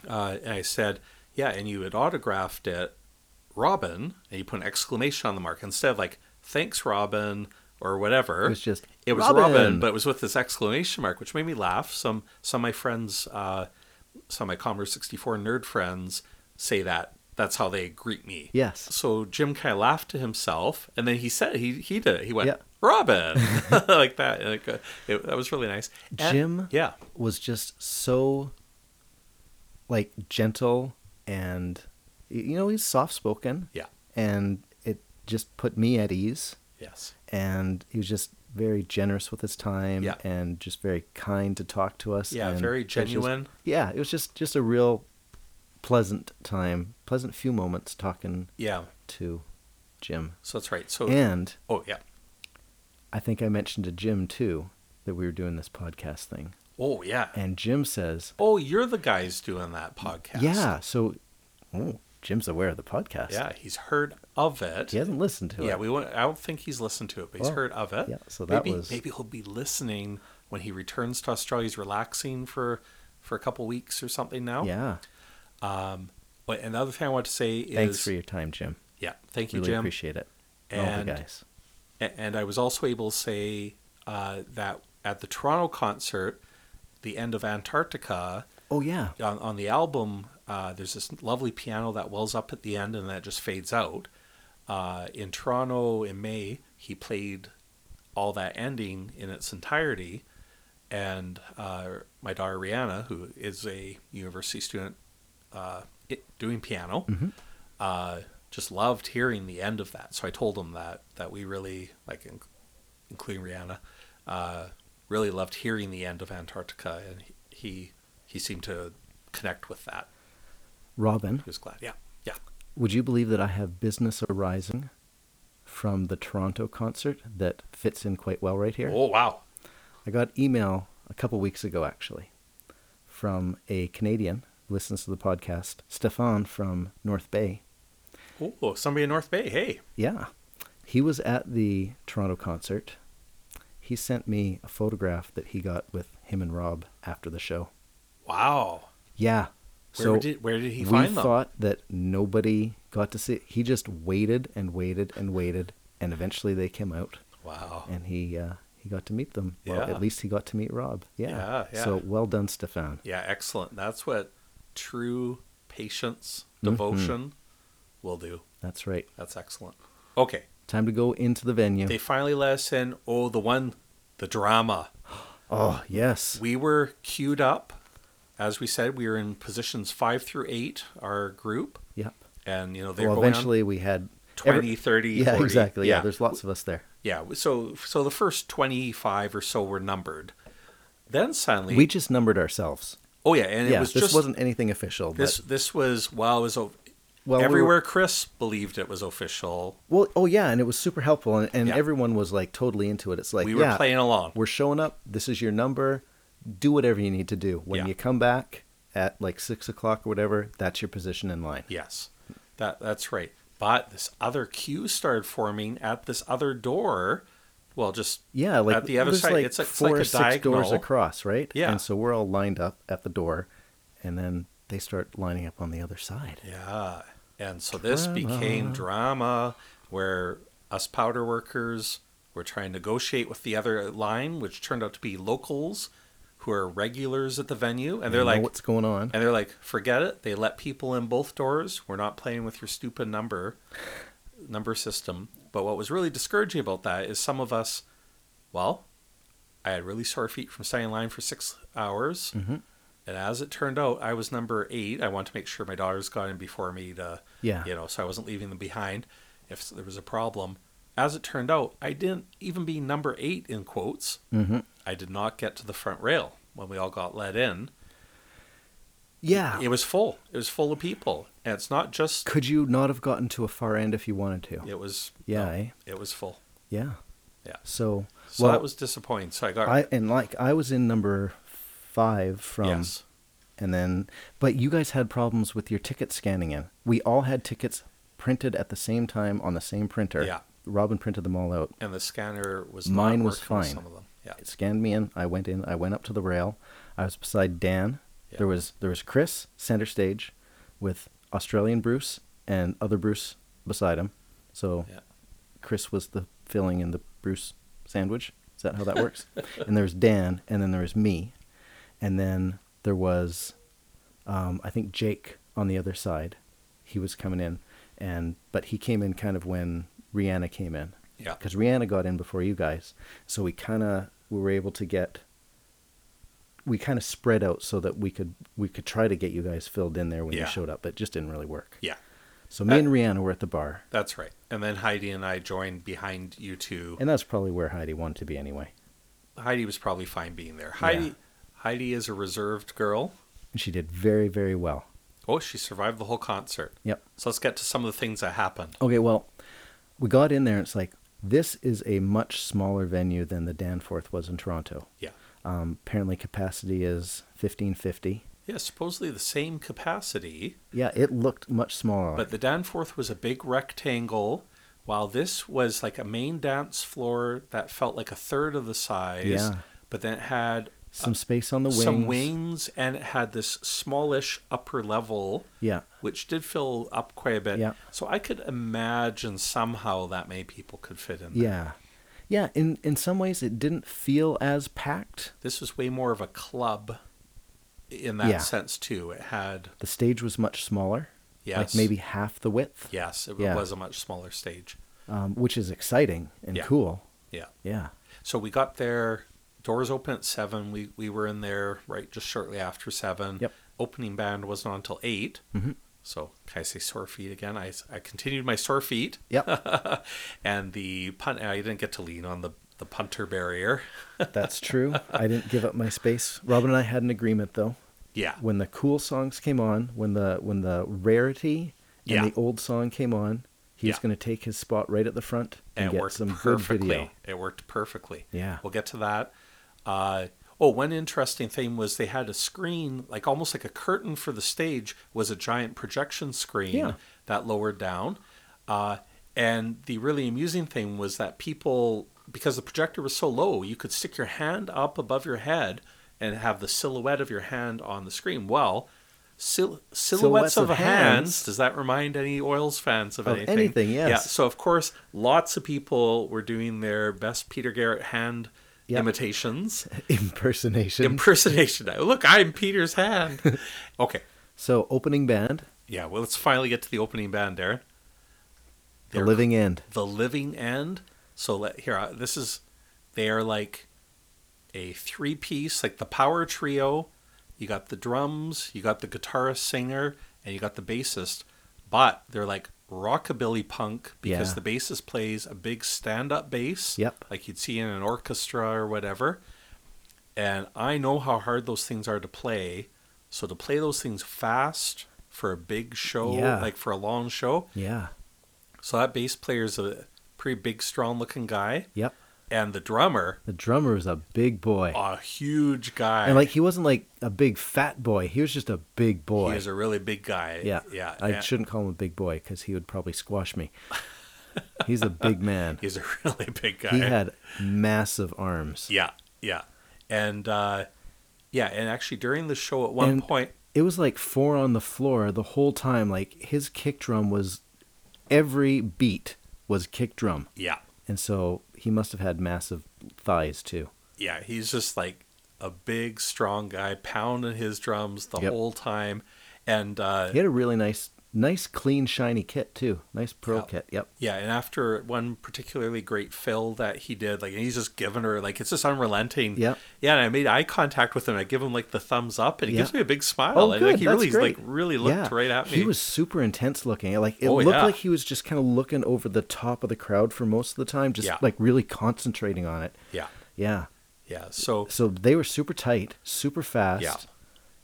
Uh, and I said, "Yeah," and you had autographed it, Robin, and you put an exclamation on the mark instead of like, "Thanks, Robin." Or whatever.
It was just,
It was
"Robin!"
Robin. but it was with this exclamation mark, which made me laugh. Some some of my friends, uh, some of my Commodore 64 nerd friends, say that that's how they greet me.
Yes.
So Jim kind of laughed to himself, and then he said he he did it. He went
Yeah.
Robin like that. Like, uh, it, that was really nice. And-
Jim
yeah,
was just so like gentle and y- you know, he's soft spoken.
Yeah.
And it just put me at ease.
yes,
and he was just very generous with his time
Yeah.
and just very kind to talk to us.
Yeah,
and
very
it was just-
genuine.
yeah, it was just just a real pleasant time, pleasant few moments talking
yeah.
to Jim.
So that's right. So
And
oh yeah,
I think I mentioned to Jim too that we were doing this podcast thing,
oh yeah,
and Jim says,
oh you're the guys doing that podcast.
"Yeah, so Oh, Jim's aware of the podcast.
Yeah, he's heard of it.
He hasn't listened to
yeah,
it.
we won't, I don't think he's listened to it, but he's
Well,
heard of it.
yeah, so that
maybe,
was-
maybe he'll be listening when he returns to Australia. He's relaxing for for a couple weeks or something now. Um,
Yeah.
But another thing I want to say is
Thanks for your time, Jim.
yeah, thank you,
Really
Jim.
appreciate it. And all the
And-
guys.
A- And I was also able to say uh, that at the Toronto concert, the end of Antarctica
Oh yeah.
on, on the album, uh, there's this lovely piano that wells up at the end and that just fades out. Uh, in Toronto in May, he played all that ending in its entirety. And uh, my daughter Rihanna, who is a university student uh, it, doing piano, uh, just loved hearing the end of that. So I told him that that we really like, in, including Rihanna, uh, really loved hearing the end of Antarctica, and he- he he seemed to connect with that.
Robin,
He was glad. Yeah, yeah.
would you believe that I have business arising from the Toronto concert that fits in quite well right here?
Oh wow.
I got email a couple weeks ago actually from a Canadian who listens to the podcast, Stefan from North Bay.
Oh, somebody in North Bay. Hey,
Yeah. He was at the Toronto concert. He sent me a photograph that he got with him and Rob after the show.
wow.
Yeah.
Where did where did he
we
find them?
thought that nobody got to see it. He just waited and waited and waited, and eventually they came out,
wow.
and he uh, he got to meet them. Well,
Yeah.
at least he got to meet Rob. Yeah.
Yeah, yeah.
So well done, Stefan.
Yeah, excellent. That's what true patience,
Mm-hmm.
devotion will do.
That's right.
That's excellent. Okay.
Time to go into the venue.
They finally let us in. Oh, the one, the drama.
oh yes.
We were queued up. As we said, we were in positions five through eight, our group.
yep.
And, you know, they were
Well,
going on
eventually we had
20,
every-
30,
Yeah,
40.
exactly. Yeah.
Yeah.
there's lots of us there.
Yeah. So, so the first 25 or so were numbered. Then suddenly,
We just numbered ourselves.
oh, yeah. And
yeah,
it was
this
just
wasn't anything official.
this,
but,
this was, well, it was o-
well, we were-
everywhere Chris believed it was official.
well, oh yeah, and it was super helpful, and, and
Yeah.
everyone was like totally into it. It's like
we were
yeah,
playing along.
we're showing up. This is your number. Do whatever you need to do. When
Yeah.
you come back at like six o'clock or whatever, that's your position in line.
Yes, that that's right. But this other queue started forming at this other door. Well, just
Yeah, like
at the other
there's,
side,
like
it's, like, it's
four
like
or
a
six
diagonal.
doors across, right?
Yeah.
and so we're all lined up at the door, and then they start lining up on the other side.
Yeah, and so this became drama where us powder workers were trying to negotiate with the other line, which turned out to be locals who are regulars at the venue, and they're
They know
like,
what's going on?
and they're like, forget it. They let people in both doors. We're not playing with your stupid number number system. But what was really discouraging about that is some of us, well, I had really sore feet from standing in line for six hours. And as it turned out, I was number eight. I wanted to make sure my daughters got in before me to,
Yeah.
you know, so I wasn't leaving them behind if there was a problem. As it turned out, I didn't even be number eight in quotes. Mm-hmm. I did not get to the front rail when we all got let in.
yeah.
It was full. It was full of people, and it's not just.
Could you not have gotten to a far end if you wanted to?
It was.
Yeah,
no,
eh?
it was full.
Yeah.
Yeah.
So,
So
well,
that was disappointing. So I got.
I and like I was in number five from
yes.
and then but you guys had problems with your ticket scanning in we all had tickets printed at the same time on the same printer
Yeah.
robin printed them all out
And the scanner was.
Mine
not
was
working with
fine.
Some of them. Yeah.
it scanned me in i went in i went up to the rail i was beside dan
Yeah.
there was there was chris center stage with australian bruce and other bruce beside him so
Yeah.
chris was the filling in the bruce sandwich is that how that works and there's dan and then there was me and then there was um, I think Jake on the other side. He was coming in, and but he came in kind of when Rihanna came in.
Yeah.
Because Rihanna got in before you guys, so we kind of we were able to get. We kind of spread out so that we could we could try to get you guys filled in there when
Yeah.
you showed up, but it just didn't really work.
Yeah.
So me
Uh,
and Rihanna were at the bar,
That's right. And then Heidi and I joined behind you two.
and that's probably where Heidi wanted to be anyway,
Heidi was probably fine being there. Heidi. Heidi is a reserved girl.
and she did very very well.
Oh, she survived the whole concert.
Yep.
So let's get to some of the things that happened.
Okay, well, we got in there. and It's like this is a much smaller venue than the Danforth was in Toronto.
Yeah.
Um, apparently, capacity is fifteen fifty.
Yeah, supposedly the same capacity,
Yeah, it looked much smaller.
but the Danforth was a big rectangle, while this was like a main dance floor that felt like a third of the size.
Yeah.
But then it had
some space on the wings.
some wings and it had this smallish upper level.
Yeah.
which did fill up quite a bit.
Yeah.
So I could imagine somehow that many people could fit in. there.
Yeah. Yeah, in in some ways it didn't feel as packed.
This was way more of a club in that
Yeah.
sense too. It had
The stage was much smaller.
yes,
Like maybe half the width.
yes, it
Yeah.
was a much smaller stage.
Um, which is exciting and
Yeah.
cool.
Yeah.
Yeah.
So we got there. Doors open at seven. We we were in there right just shortly after seven.
Yep.
Opening band wasn't on until 8
Mhm.
So can I say sore feet again? I s- I continued my sore feet.
Yep.
and the punt. I didn't get to lean on the the punter barrier.
That's true. I didn't give up my space. Robin and I had an agreement though.
Yeah.
When the cool songs came on, when the when the rarity and
Yeah.
the old song came on, he was
Yeah.
going to take his spot right at the front and,
and it
get
worked
some
perfectly.
good video.
It worked perfectly.
Yeah.
we'll get to that. Uh, oh, one interesting thing was they had a screen, like almost like a curtain for the stage, was a giant projection screen
Yeah.
that lowered down. Uh, and the really amusing thing was that people, because the projector was so low, you could stick your hand up above your head and have the silhouette of your hand on the screen. Well. Sil- silhouettes,
Silhouettes
of,
of
hands.
hands.
Does that remind any Oils fans of,
Of
anything?
anything,
Yeah.
yes.
So of course, lots of people were doing their best Peter Garrett hand
Yep.
imitations,
Impersonation.
impersonation. Look, I'm Peter's hand. okay.
so opening band,
Yeah. Well, let's finally get to the opening band, Darren.
the
They're-
living end.
The living end. So let here. I- This is. They are like a three piece, like the power trio. You got the drums, you got the guitarist, singer, and you got the bassist. But they're like rockabilly punk because
Yeah.
the bassist plays a big stand up bass.
Yep.
Like you'd see in an orchestra or whatever. And I know how hard those things are to play. So to play those things fast for a big show,
Yeah.
like for a long show.
Yeah.
So that bass player is a pretty big, strong looking guy.
Yep.
And the drummer,
The drummer was a big boy.
a huge guy.
And like he wasn't like a big fat boy. He was just a big boy.
He is a really big guy.
yeah.
Yeah.
I
and
shouldn't call him a big boy because he would probably squash me. He's a big man.
He's a really big guy.
He had massive arms.
Yeah. Yeah. And, uh, yeah. And actually, during the show at one
And-
point,
It was like four on the floor the whole time. Like his kick drum was every beat was kick drum.
yeah.
And so he must have had massive thighs too.
Yeah. He's just like a big, strong guy pounding his drums the
Yep.
whole time. And, uh,
He had a really nice nice clean shiny kit too. Nice pearl
Yeah.
kit. Yep.
Yeah, and after one particularly great fill that he did, like and he's just giving her like it's just unrelenting.
Yeah.
Yeah, and I made eye contact with him. I give him like the thumbs up and he
Yeah.
gives me a big smile.
Oh,
and
good.
like he
That's
really
great.
like really looked
Yeah.
right at me.
He was super intense looking. Like it
Oh,
looked
yeah.
like he was just kind of looking over the top of the crowd for most of the time, just
Yeah.
like really concentrating on it.
Yeah.
Yeah.
Yeah. So
So they were super tight, super fast.
Yeah.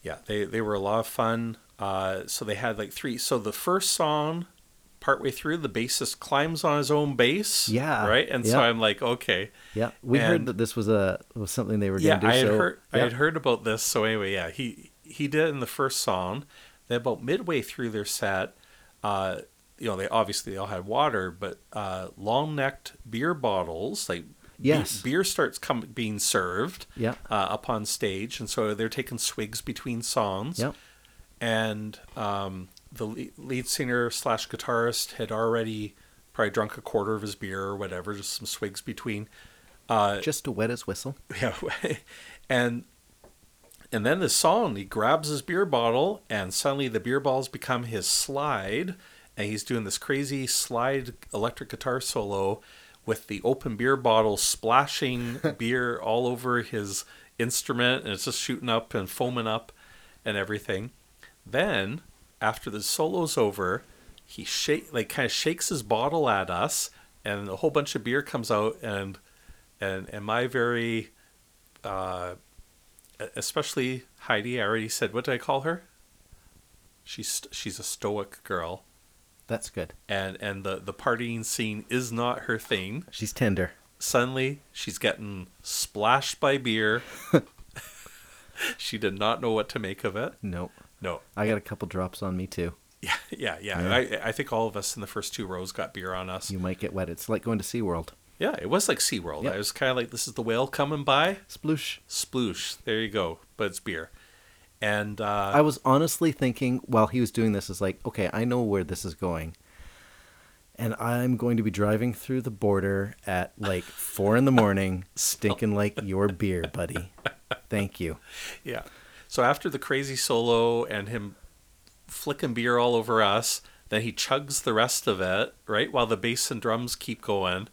Yeah, they they were a lot of fun. Uh, so they had like three. So the first song, partway through, the bassist climbs on his own bass.
Yeah,
Right, and so
yeah.
I'm like, okay.
Yeah. We heard
And-
that this was a was something they were going
yeah,
to do.
I had
so
heard I
yeah.
had heard about this. So anyway, yeah, he he did it in the first song. Then about midway through their set, uh, you know, they obviously all had water, but uh, long necked beer bottles, like be-
Yes.
beer starts come being served.
Yeah.
Uh, up on stage, and so they're taking swigs between songs.
Yeah.
And um, the le- lead singer slash guitarist had already probably drunk a quarter of his beer or whatever, just some swigs between. Uh,
Just to wet his whistle.
yeah, and and then the song he grabs his beer bottle and suddenly the beer balls become his slide and he's doing this crazy slide electric guitar solo with the open beer bottle splashing beer all over his instrument and it's just shooting up and foaming up and everything then after the solo's over he shake like kind of shakes his bottle at us and a whole bunch of beer comes out and and and my very uh especially Heidi I already said what did I call her she's she's a stoic girl
That's good.
and and the the partying scene is not her thing
She's tender.
suddenly she's getting splashed by beer she did not know what to make of it.
Nope.
No.
I got a couple drops on me too.
Yeah, yeah, yeah. I, I think all of us in the first two rows got beer on us.
You might get wet. It's like going to SeaWorld.
Yeah, it was like SeaWorld.
Yeah.
I was kind of like, this is the whale coming by.
Sploosh.
Sploosh. There you go. But it's beer. And uh,
I was honestly thinking while he was doing this, is like, okay, I know where this is going. And I'm going to be driving through the border at like four in the morning, stinking like your beer, buddy. Thank you.
yeah. So after the crazy solo and him flicking beer all over us, then he chugs the rest of it, right? While the bass and drums keep going.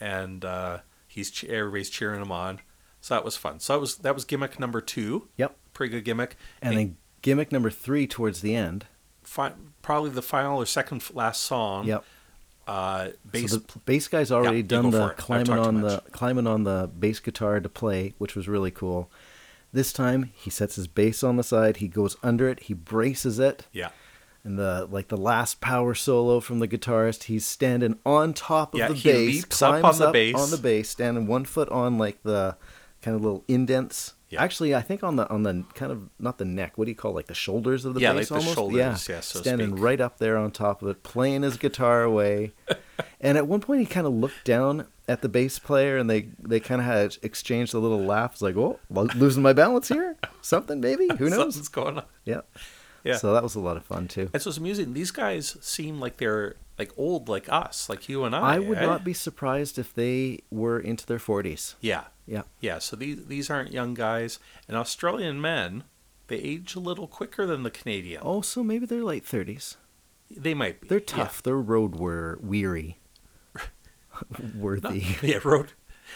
And uh, he's che- everybody's cheering him on. So that was fun. So that was that was gimmick number two.
Yep.
Pretty good gimmick.
And then gimmick number three towards the end.
fi- probably the final or second f- last song.
Yep.
Uh, bass.
so the bass guy's already
you
done
go for
the
it. I've
climbing
talked too
on the
much.
climbing on the bass guitar to play, which was really cool. This time he sets his bass on the side, he goes under it, he braces it,
yeah.
and the like the last power solo from the guitarist, he's standing on top of
Yeah,
the
he
bass,
leaps up on the bass.
on the bass, standing one foot on like the kind of little indents.
Yeah.
Actually, I think on the on the kind of not the neck. What do you call like the shoulders of the
Yeah,
bass?
like the
almost?
shoulders, yeah, so to
standing
speak.
right up there on top of it, playing his guitar away. and at one point, he kind of looked down at the bass player, and they they kind of had exchanged a little laugh. It's like, oh, lo- losing my balance here. Something maybe. Who knows?
Something's going on.
Yeah.
Yeah.
So that was a lot of fun too.
And so it's amusing. These guys seem like they're like old, like us, like you and I.
I would
eh?
not be surprised if they were into their 40s.
Yeah,
Yeah.
yeah. So these these aren't young guys. And Australian men, they age a little quicker than the Canadian.
Oh, so maybe they're late 30s.
they might be.
They're
yeah.
tough. They're road were weary. Worthy.
Yeah, road.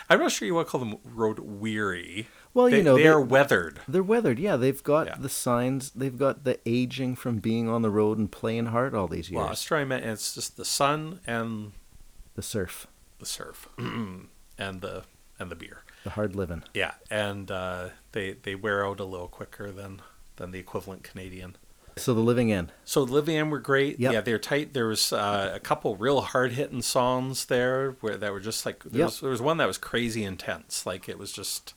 I'm not sure you want to call them road weary.
Well, you
They-
know,
they
they-
are weathered.
They're weathered. Yeah, they've got
Yeah.
the signs. They've got the aging from being on the road and playing hard all these years.
Well, Australian men, and it's just the sun and
The surf,
the surf, and the and the beer.
the hard living.
Yeah, and uh, they they wear out a little quicker than than the equivalent Canadian.
So the living end.
So Livian were great.
Yep.
Yeah, they're tight. There was uh, a couple real hard hitting songs there where that were just like there,
Yep.
was, there was one that was crazy intense. Like it was just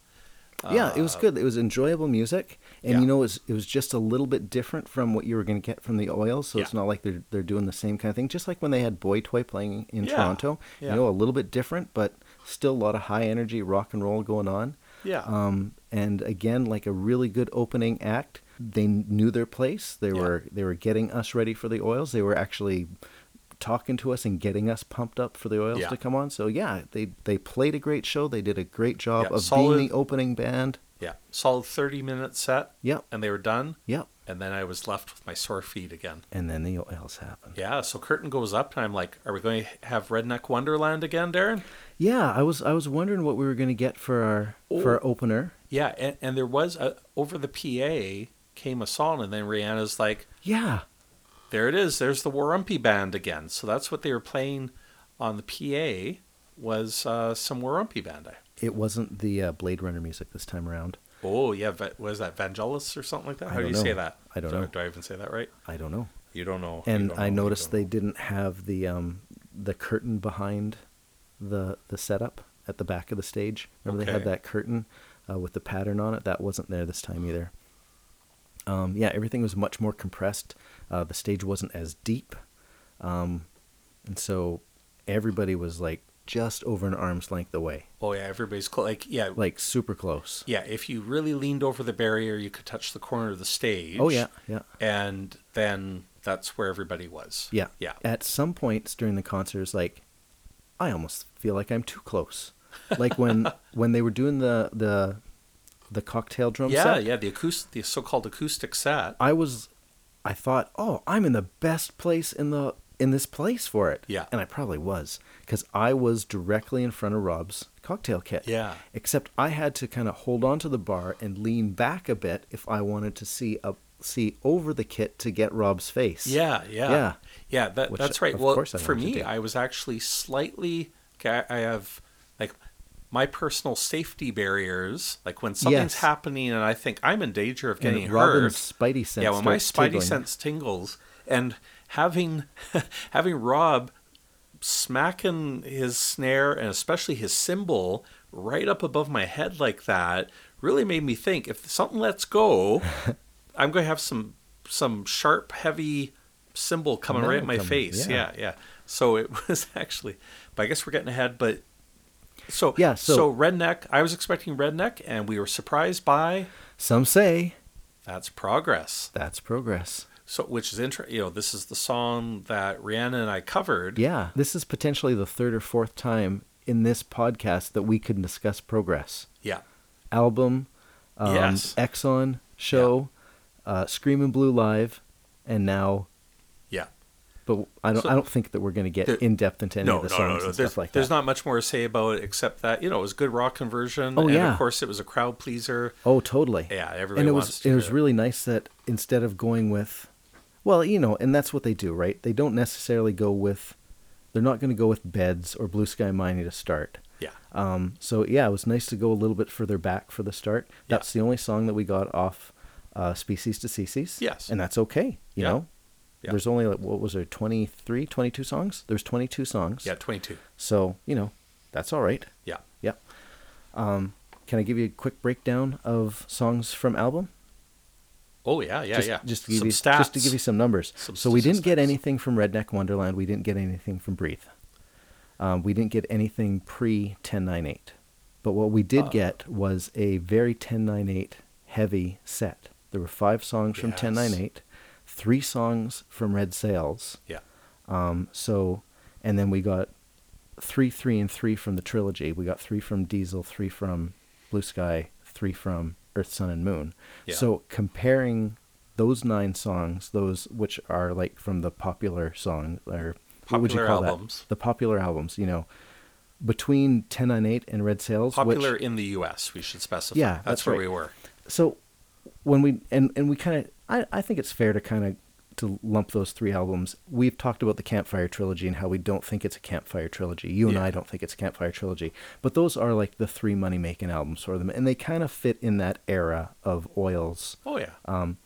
yeah, it was good. It was enjoyable music, and
Uh, yeah.
you know, it was, it was just a little bit different from what you were going to get from the oil. So it's
Yeah.
not like they're they're doing the same kind of thing. Just like when they had Boy Toy playing in
Yeah,
Toronto,
yeah.
you know, a little bit different, but still a lot of high energy rock and roll going on.
yeah
Um, and again, like a really good opening act. They knew their place. They
Yeah.
were they were getting us ready for the oils. They were actually talking to us and getting us pumped up for the oils
Yeah.
to come on. So yeah, they they played a great show. They did a great job
Yeah,
of
solid-
being the opening band.
yeah solid thirty minute set.
Yep.
and they were done.
Yep.
And then I was left with my sore feet again.
And then the oils happened.
Yeah, so curtain goes up, and I'm like, "Are we going to have Redneck Wonderland again, Darren?"
Yeah, I was I was wondering what we were gonna get for our for our opener.
Yeah, and, and there was a, over the PA came a song, and then Rihanna's like,
Yeah.
there it is. There's the Warumpi band again. So that's what they were playing on the PA was uh, some Warumpi band.
It wasn't the uh, Blade Runner music this time around.
Oh yeah, Va- was that Vangelis or something like that?
I
How do
don't
you say
know.
that?
I don't
do,
know.
Do I even say that right?
I don't know.
You don't know. You
and
don't
I
know. You
noticed
don't
they
know.
didn't have the um, the curtain behind the the setup at the back of the stage. Remember they had
Okay.
that curtain uh, with the pattern on it. That wasn't there this time either. Um, yeah, everything was much more compressed. Uh, the stage wasn't as deep, um, and so everybody was like just over an arm's length away,
Oh yeah, everybody's close. Like yeah,
like super close.
yeah. If you really leaned over the barrier, you could touch the corner of the stage.
Oh yeah, yeah.
And then that's where everybody was.
Yeah.
Yeah.
At some points during the concert, it's like, I almost feel like I'm too close. Like when when they were doing the the the cocktail drum
Yeah,
set,
yeah. The acoustic, the so-called acoustic set.
I was, I thought, oh, I'm in the best place in the in this place for it.
Yeah.
And I probably was because I was directly in front of Rob's cocktail kit.
Yeah.
Except I had to kind of hold on to the bar and lean back a bit if I wanted to see up see over the kit to get Rob's face.
Yeah, yeah,
Yeah.
yeah. That,
Which,
that's right.
of
Well,
course I
for
wanted to
me,
do.
I was actually slightly. Okay, I I have like my personal safety barriers. Like when something's
Yes.
happening and I think I'm in danger of
And
getting
Robin's
hurt.
spidey sense.
yeah, when my
starts
spidey
tingling.
sense tingles, and having having Rob smacking his snare and especially his cymbal right up above my head like that really made me think if something lets go, I'm going to have some some sharp, heavy symbol coming right at
Metal
my
coming,
face.
yeah.
Yeah. yeah, So it was actually, but I guess we're getting ahead. But so
Yeah, so-
redneck. I was expecting redneck, and we were surprised by
Some say
that's progress.
that's progress.
So which is interesting. You know, this is the song that Rihanna and I covered.
Yeah, this is potentially the third or fourth time in this podcast that we can discuss progress.
Yeah.
Album, um,
Yes.
Exxon show, uh, Screaming Blue live, and now.
Yeah.
But I don't.
So-
I don't think that we're going to get
There-
in depth into any of the songs and
There's,
stuff like that.
there's not much more to say about it except that you know it was good rock conversion.
Oh,
and
yeah.
Of course, it was a crowd pleaser.
Oh, totally.
Yeah, everybody
and it
wants
was
to
it
hear
was
it.
really nice that instead of going with, well, you know, and that's what they do, right? They don't necessarily go with, they're not going to go with beds or blue sky mining to start.
Yeah.
Um, so yeah, it was nice to go a little bit further back for the start.
Yeah.
That's the only song that we got off uh, Species to Species.
Yes.
And that's okay, you
Yeah.
know?
Yeah.
There's only, like, what was there, 23, 22 songs? There's 22 songs.
Yeah. Twenty two.
So, you know, that's all right.
Yeah.
Yep. Um, can I give you a quick breakdown of songs from album?
Oh yeah. Yeah.
just,
yeah.
Just to give
Some
you
stats.
just to give you some numbers.
Some
so we
st- some
didn't get
stats.
anything from Redneck Wonderland. We didn't get anything from Breathe. Um, we didn't get anything pre ten nine eight. But what we
Uh.
did get was a very ten nine eight heavy set. There were five songs from
Yes.
ten nine eight, three songs from Red Sails.
Yeah.
Um, so, and then we got three, three, and three from the trilogy. We got three from Diesel, three from Blue Sky, three from Earth, Sun, and Moon.
Yeah.
So comparing those nine songs, those which are like from the popular song or what would you
Popular
call
albums.
that? The popular albums, you know, between Ten on Eight and Red Sails.
Popular
Which,
in the U.S. We should specify.
Yeah,
That's,
that's
where
right.
we were.
so when we and and we kind of, I I think it's fair to kind of to lump those three albums. We've talked about the Campfire trilogy and how we don't think it's a Campfire trilogy. You and
Yeah.
I don't think it's a Campfire trilogy, but those are like the three money making albums for them, and they kind of fit in that era of oils.
Oh yeah.
Um,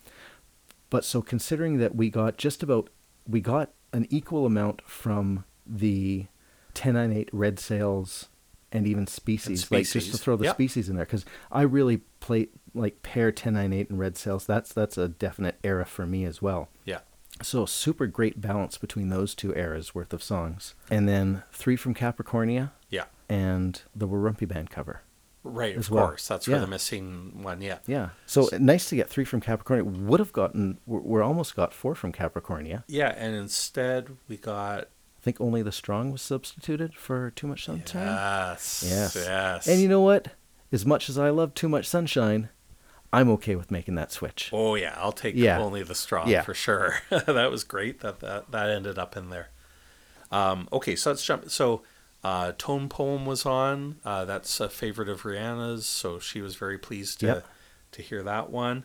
But so considering that we got just about we got an equal amount from the 1098 red sails and even species, like just to
Species,
throw the
yeah.
species in there because I really play like pair 1098 and red sails. That's that's a definite era for me as well.
yeah.
So super great balance between those two eras worth of songs, and then three from Capricornia
Yeah.
and the Warumpi Band cover.
Right.
as
Of
well.
course. That's
Yeah.
where the missing one. Yeah.
Yeah, so nice to get three from Capricornia. Would have gotten we're, we're almost got four from Capricornia.
Yeah. And instead we got
I think only the strong was substituted for too much sunshine.
yes.
Yes.
Yes.
And you know what? As much as I love too much sunshine, I'm okay with making that switch.
Oh yeah, I'll take
Yeah.
only the straw
Yeah.
for sure. that was great that, that that ended up in there. Um, okay, so let's jump. So uh, Tone Poem was on. Uh, that's a favorite of Rihanna's, so she was very pleased to
Yep.
to hear that one.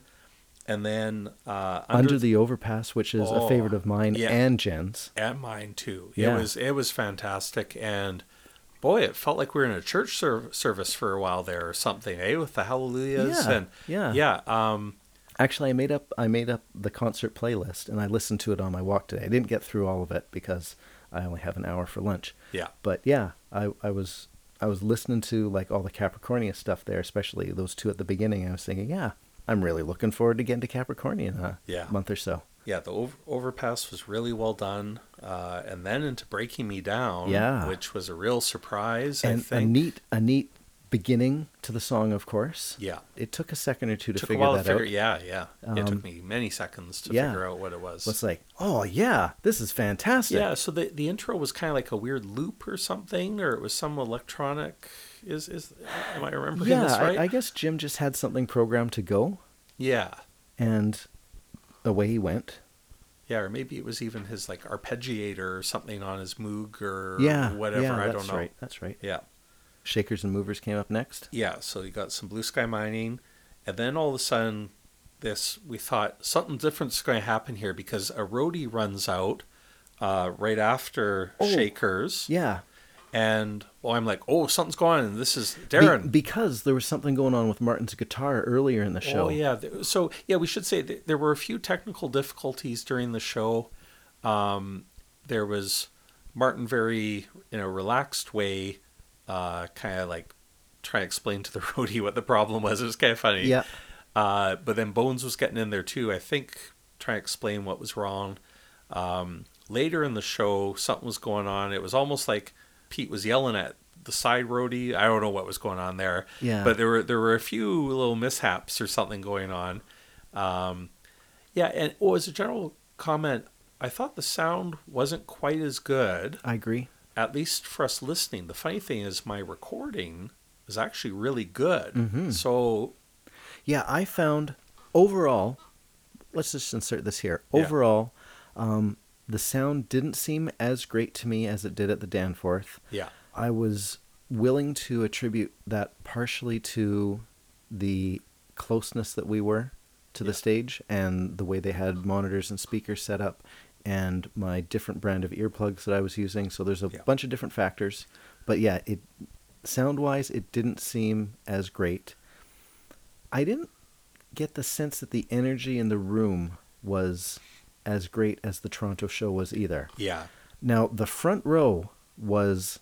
And then uh,
Under, the overpass, which is a
Oh,
favorite of mine
yeah.
and Jen's.
and mine too.
Yeah.
It was it was fantastic, and boy, it felt like we were in a church ser- service for a while there or something. Eh, with the hallelujahs
Yeah,
and
yeah.
yeah. Um,
Actually, I made up I made up the concert playlist and I listened to it on my walk today. I didn't get through all of it because I only have an hour for lunch.
Yeah.
But yeah, I, I was I was listening to like all the Capricornia stuff there, especially those two at the beginning. I was thinking, yeah, I'm really looking forward to getting to Capricornia in a
Yeah.
month or so.
Yeah, the over- overpass was really well done, uh, and then into breaking me down,
Yeah.
which was a real surprise. I
and a
think
neat a neat beginning to the song of course
Yeah.
it took a second or two to
took a
figure
while to
that
figure.
out Um,
Yeah, yeah, it took me many seconds to
yeah.
figure out what it was.
it's like oh yeah this is fantastic
yeah, so the the intro was kind of like a weird loop or something, or it was some electronic. Is is am I remembering
yeah
this
I,
right?
I guess jim just had something programmed to go
yeah,
and away he went
yeah, or maybe it was even his like arpeggiator or something on his Moog or
yeah
whatever.
yeah,
I
that's
don't know.
right that's right
Yeah.
shakers and movers came up next
yeah so you got some blue sky mining and then all of a sudden this we thought something different's going to happen here because a roadie runs out uh, right after
Oh.
shakers
yeah
and well i'm like oh something's going on and this is
Be-
darren
because there was something going on with martin's guitar earlier in the show
Oh yeah. Th- So yeah, we should say th- there were a few technical difficulties during the show. Um, there was Martin very in a relaxed way, uh, kind of like try to explain to the roadie what the problem was. It was kind of funny.
Yeah.
Uh, but then Bones was getting in there too. I think trying to explain what was wrong. Um, later in the show, something was going on. It was almost like Pete was yelling at the side roadie. I don't know what was going on there.
Yeah.
But there were there were a few little mishaps or something going on. Um, yeah, and oh, as a general comment, I thought the sound wasn't quite as good
I agree.
at least for us listening, the funny thing is my recording is actually really good. So
Yeah, I found overall, let's just insert this here.
Yeah.
Overall, um, the sound didn't seem as great to me as it did at the Danforth.
yeah,
I was willing to attribute that partially to the closeness that we were to the stage and the way they had monitors and speakers set up and my different brand of earplugs that I was using. So there's a
Yeah.
bunch of different factors. But yeah, it sound wise it didn't seem as great. I didn't get the sense that the energy in the room was as great as the Toronto show was either.
yeah,
Now the front row was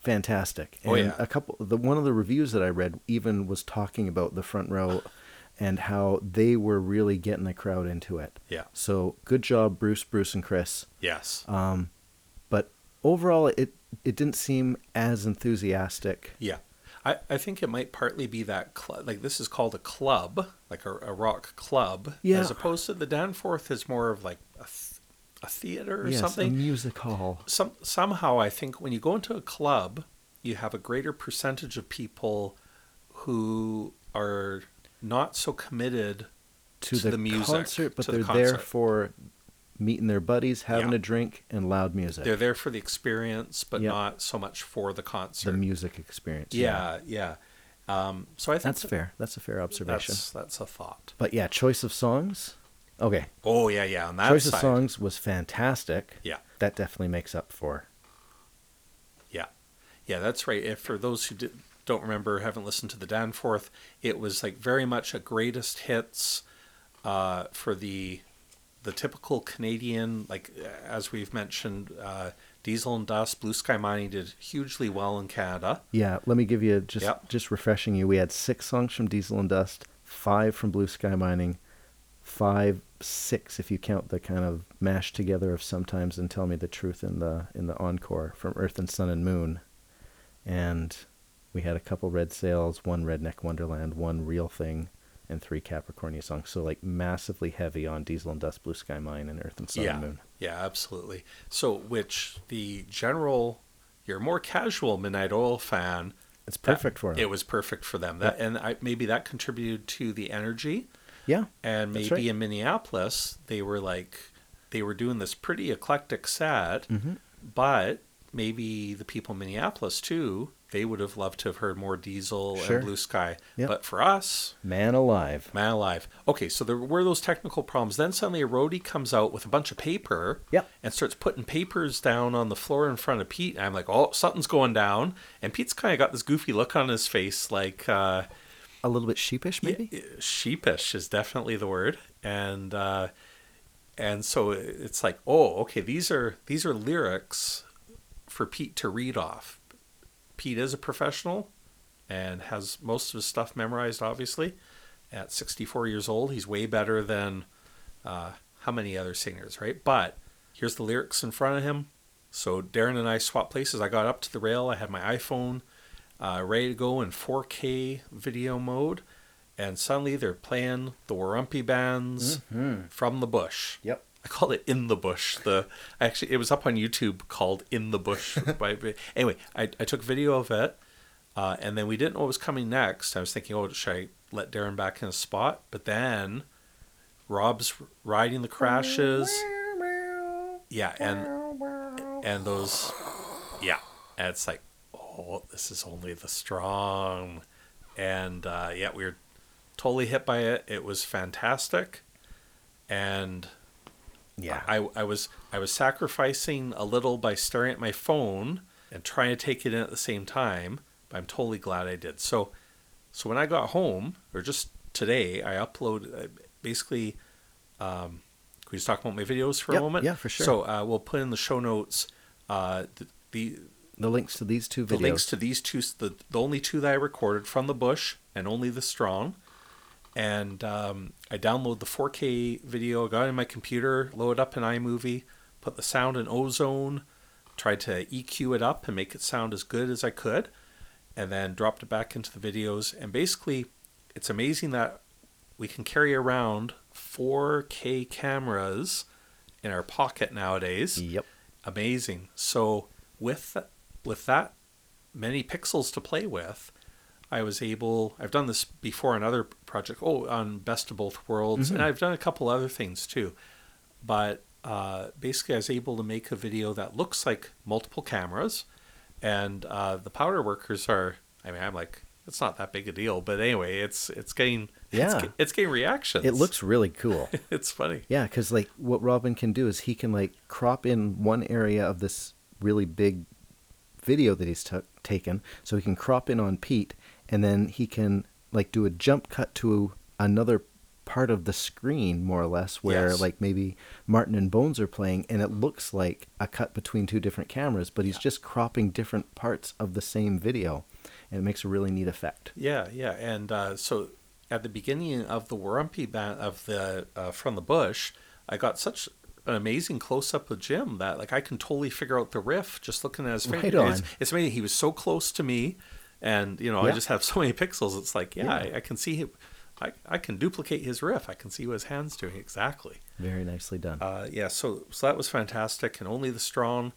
fantastic. And
Oh, yeah.
a couple the one of the reviews that I read even was talking about the front row and how they were really getting the crowd into it.
yeah,
So good job Bruce, Bruce and Chris.
yes,
But overall it it didn't seem as enthusiastic.
yeah. I, I think it might partly be that club. Like this is called a club, like a, a rock club,
Yeah.
as opposed to the Danforth is more of like a, th- a theater or
yes, um,
something.
a music hall.
some somehow I think when you go into a club, you have a greater percentage of people who are not so committed
To,
To
the,
the music,
concert, but
to the
they're there
concert.
for meeting their buddies, having
Yeah.
a drink and loud music.
They're there for the experience, but
Yeah.
not so much for the concert.
the music experience.
yeah, yeah. Um, so I think
That's
that-
fair. That's a fair observation.
That's that's a thought.
But yeah, choice of songs. Okay,
Oh yeah, yeah. On that
choice
side,
of songs was fantastic.
Yeah.
that definitely makes up for.
yeah, yeah. That's right. If for those who did, don't remember, haven't listened to the Danforth, it was like very much a greatest hits uh, for the the typical Canadian, like uh, as we've mentioned, uh, Diesel and Dust, Blue Sky Mining did hugely well in Canada.
Yeah, let me give you just
Yep.
just refreshing you. We had six songs from Diesel and Dust, five from Blue Sky Mining, five, six if you count the kind of mash together of Sometimes and Tell Me the Truth in the in the encore from Earth and Sun and Moon, and we had a couple Red Sails, one Redneck Wonderland, one Real Thing. And three Capricornia songs, so like massively heavy on Diesel and Dust, Blue Sky Mine, and Earth and Sun
yeah.
and Moon.
Yeah, absolutely. So, which the general, your more casual Midnight Oil fan,
It's
that-
perfect for them.
It was perfect for them. That and I, maybe that contributed to the energy.
yeah,
And
That's
maybe
right.
in Minneapolis, they were like, they were doing this pretty eclectic set,
Mm-hmm.
but maybe the people in Minneapolis too, they would have loved to have heard more Diesel
Sure.
and Blue Sky.
Yep.
But for us,
man alive.
Man alive. Okay, so there were those technical problems. Then suddenly a roadie comes out with a bunch of paper
Yep.
and starts putting papers down on the floor in front of Pete. And I'm like, oh, something's going down. And Pete's kind of got this goofy look on his face, like uh,
A little bit sheepish, maybe.
sheepish is definitely the word. And uh, and so it's like, oh, okay, these are these are lyrics for Pete to read off. Pete is a professional and has most of his stuff memorized, obviously. At 64 years old, he's way better than uh, how many other singers, right? But here's the lyrics in front of him. So Darren and I swapped places. I got up to the rail. I had my iPhone uh, ready to go in 4K video mode. And suddenly they're playing the Warumpy bands from the bush.
Yep.
I called it in the bush. The actually it was up on YouTube called in the bush. by, anyway, I, I took video of it, uh, and then we didn't know what was coming next. I was thinking, oh, should I let Darren back in his spot? But then Rob's riding the crashes. Yeah, and and those, yeah, and it's like, oh, this is only the strong, and uh, yeah, we were totally hit by it. It was fantastic, and.
Yeah.
I, I was I was sacrificing a little by staring at my phone and trying to take it in at the same time, but I'm totally glad I did. So so when I got home, or just today, I upload uh, basically. Um, can we just talk about my videos for
Yeah,
a moment?
yeah, for sure.
So uh, we'll put in the show notes uh, the, the
the links to these two videos.
the links to these two the, the only two that i recorded from the bush and only the strong and um, i download the 4k video got it in my computer load it up in imovie put the sound in ozone tried to eq it up and make it sound as good as i could and then dropped it back into the videos and basically it's amazing that we can carry around 4k cameras in our pocket nowadays
Yep.
amazing. So with with that many pixels to play with, I was able. I've done this before on other project. Oh, on Best of Both Worlds,
Mm-hmm.
and I've done a couple other things too. But uh, basically, I was able to make a video that looks like multiple cameras, and uh, the powder workers are. I mean, I'm like, it's not that big a deal, but anyway, it's it's getting it's,
Yeah.
ge- it's getting reactions.
It looks really cool.
it's funny.
Yeah, because like what Robin can do is he can like crop in one area of this really big video that he's took taken, so he can crop in on Pete, and then he can like do a jump cut to another part of the screen more or less where
Yes.
like maybe Martin and Bones are playing and it looks like a cut between two different cameras but he's just cropping different parts of the same video and it makes a really neat effect.
Yeah, yeah, and uh, so at the beginning of the Warumpi band of the uh, from the bush, I got such an amazing close up of Jim that like I can totally figure out the riff just looking at his
Right
finger. It's,
on.
it's amazing. He was so close to me, and you know I
Yeah.
just have so many pixels. It's like yeah, I, I can see him. I, I can duplicate his riff. I can see what his hands doing exactly.
Very nicely done.
Uh, yeah, so so that was fantastic, and only the strong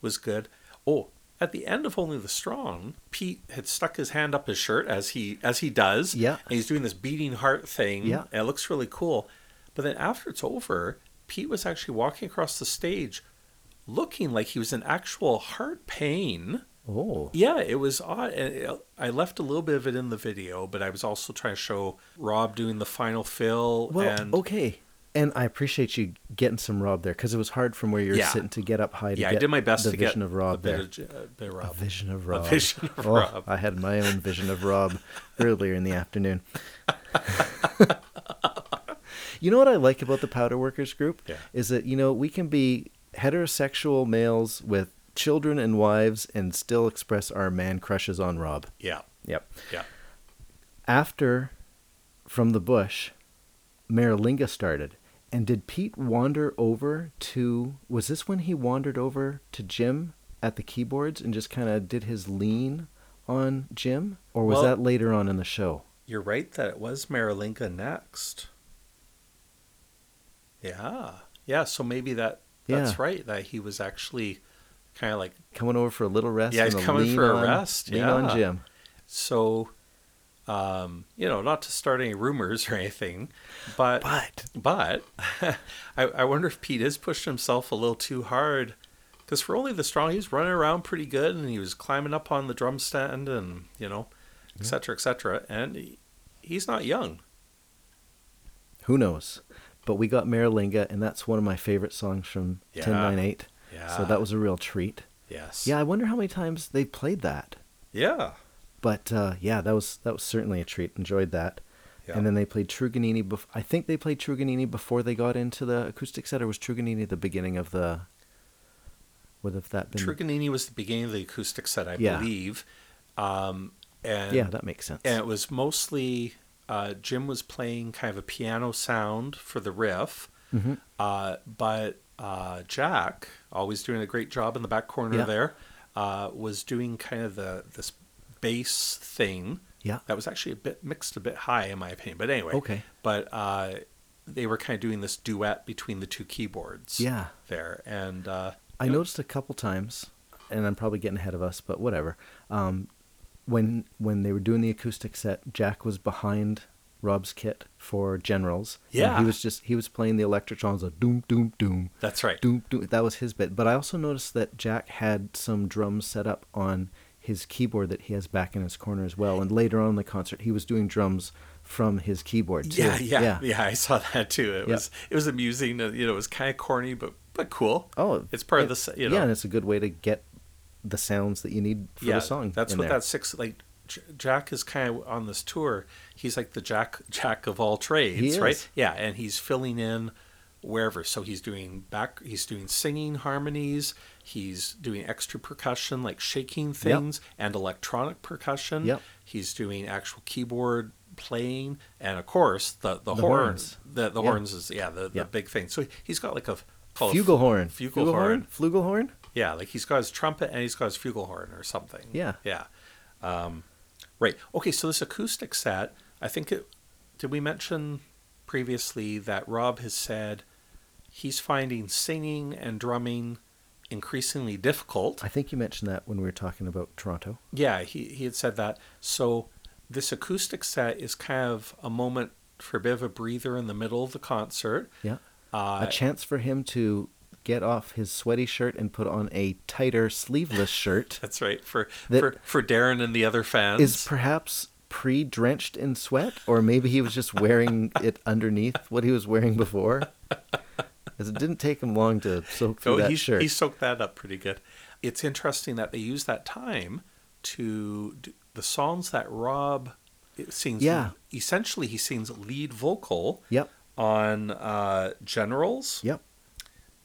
was good. Oh, at the end of only the strong, Pete had stuck his hand up his shirt as he as he does.
Yeah.
and he's doing this beating heart thing.
Yeah.
and it looks really cool. But then after it's over, Pete was actually walking across the stage, looking like he was in actual heart pain.
oh.
Yeah, it was odd. And it- I left a little bit of it in the video, but I was also trying to show Rob doing the final fill.
Well, oh,
and
okay. And I appreciate you getting some Rob there because it was hard from where you're
Yeah.
sitting to get up high. To
yeah, I
get
did my best
the
to
vision
get
of Rob
a
there. Uh-huh.
bit of, J- a bit of Rob.
A vision of Rob.
vision of
Oh,
Rob.
I had my own vision of Rob earlier in the afternoon. you know what I like about the Powder Workers group
Yeah.
is that you know we can be heterosexual males with children and wives and still express our man crushes on Rob.
Yeah,
Yep.
yeah.
after from the bush Maralinga started and did Pete wander over to was this when he wandered over to Jim at the keyboards and just kind of did his lean on Jim or was
Well-
that later on in the show
You're right that it was Marilinka next. Yeah, yeah. So maybe that that's
Yeah.
right that he was actually kind of like
coming over for a little rest
Yeah, he's
and a
coming
lean
for a
on-
rest,
lean
yeah.
on Jim
so. Um, you know, not to start any rumors or anything, but
but
But I, I wonder if Pete has pushed himself a little too hard. Because for only the strong, he was running around pretty good and he was climbing up on the drum stand and, you know, et cetera, et cetera. And he, he's not young.
who knows but we got Maralinga and that's one of my favorite songs from
Yeah.
1098 so
Yeah.
that was a real treat
Yes.
yeah I wonder how many times they played that
Yeah.
but uh, yeah, that was that was certainly a treat. Enjoyed that.
Yeah.
And then they played Truganini. Bef- I think they played Truganini before they got into the acoustic set, or was Truganini the beginning of the? Would have that been?
Truganini was the beginning of the acoustic set, I
Yeah.
believe. Um, and
yeah, that makes sense.
And it was mostly uh, Jim was playing kind of a piano sound for the riff,
Mm-hmm.
uh, but uh, Jack, always doing a great job in the back corner
Yeah.
there, uh, was doing kind of the this bass thing.
Yeah.
that was actually a bit mixed, a bit high in my opinion. But anyway,
Okay.
But uh, they were kind of doing this duet between the two keyboards.
Yeah.
there and uh,
I noticed a couple times, and I'm probably getting ahead of us, but whatever. Um, when when they were doing the acoustic set, Jack was behind Rob's kit for Generals. and
Yeah.
he was just he was playing the electric drums, a doom doom doom.
that's right.
Doom, doom. That was his bit. But I also noticed that Jack had some drums set up on his keyboard that he has back in his corner as well. And later on in the concert, he was doing drums from his keyboard too.
Yeah, yeah, yeah, I saw that too. It
Yeah.
was it was amusing. uh, You know, it was kind of corny, but but cool.
Oh,
it's part of
it-
the s- you know.
Yeah, and it's a good way to get the sounds that you need for the song.
That's
in
what
there.
that six like. J- Jack is kind of on this tour. He's like the Jack Jack of all trades,
He is.
right? Yeah, and he's filling in wherever. So he's doing back, he's doing singing harmonies, he's doing extra percussion like shaking things and electronic percussion.
Yep.
He's doing actual keyboard playing and of course the the, horns.
horns.
The the
Yeah.
horns is yeah the,
Yeah.
the big thing. So he's got like a called a
Flugelhorn.
Flugelhorn.
Flugelhorn?
Yeah, like he's got his trumpet and he's got his flugelhorn or something.
Yeah.
Yeah. Um, right. Okay, so this acoustic set, I think it did we mention previously that Rob has said he's finding singing and drumming increasingly difficult.
I think you mentioned that when we were talking about Toronto.
Yeah, he, he had said that. So this acoustic set is kind of a moment for a bit of a breather in the middle of the concert.
Yeah.
Uh,
a chance for him to get off his sweaty shirt and put on a tighter sleeveless shirt
that's right. For,
That-
for for Darren and the other fans.
is perhaps pre-drenched in sweat or maybe he was just wearing it underneath what he was wearing before 'Cause it didn't take him long to soak through
Oh,
that
he,
shirt
he soaked that up pretty good. It's interesting that they use that time to do the songs that Rob it sings.
Yeah.
Essentially, he sings lead vocal
yep
on uh, Generals
yep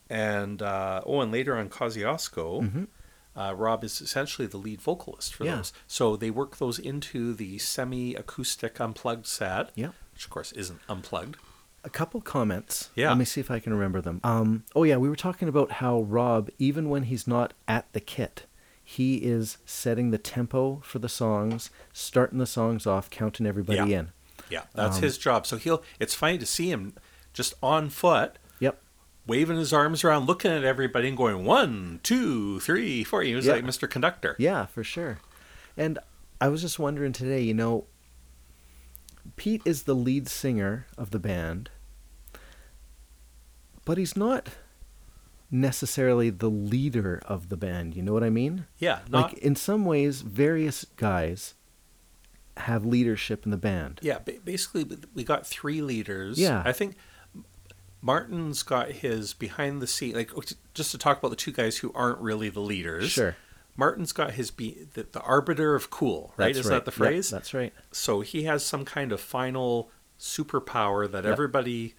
and, uh, oh, and later on Kosciuszko. Uh, Rob is essentially the lead vocalist for
Mm-hmm. Yeah.
those. So they work those into the semi acoustic unplugged set,
Yep.
which of course isn't unplugged.
a couple comments.
Yeah.
Let me see if I can remember them. Um, oh, yeah, we were talking about how Rob, even when he's not at the kit, he is setting the tempo for the songs, starting the songs off, counting everybody
Yeah.
in.
Yeah,
Um,
that's his job. So he'll, it's funny to see him just on foot
Yep.
waving his arms around, looking at everybody, and going one, two, three, four. He was
Yeah.
like Mr. Conductor.
Yeah, for sure. And I was just wondering today, you know, Pete is the lead singer of the band, but he's not necessarily the leader of the band. You know what I mean?
Yeah, not
like in some ways various guys have leadership in the band
yeah. ba- Basically, we got three leaders.
Yeah.
I think Martin's got his behind the scene. Like oh, just to talk about the two guys who aren't really the leaders.
Sure.
Martin's got his be the, the arbiter of cool. Right?
That's
Is that the
Yep,
phrase?
that's right
so he has some kind of final superpower that
Yep.
everybody.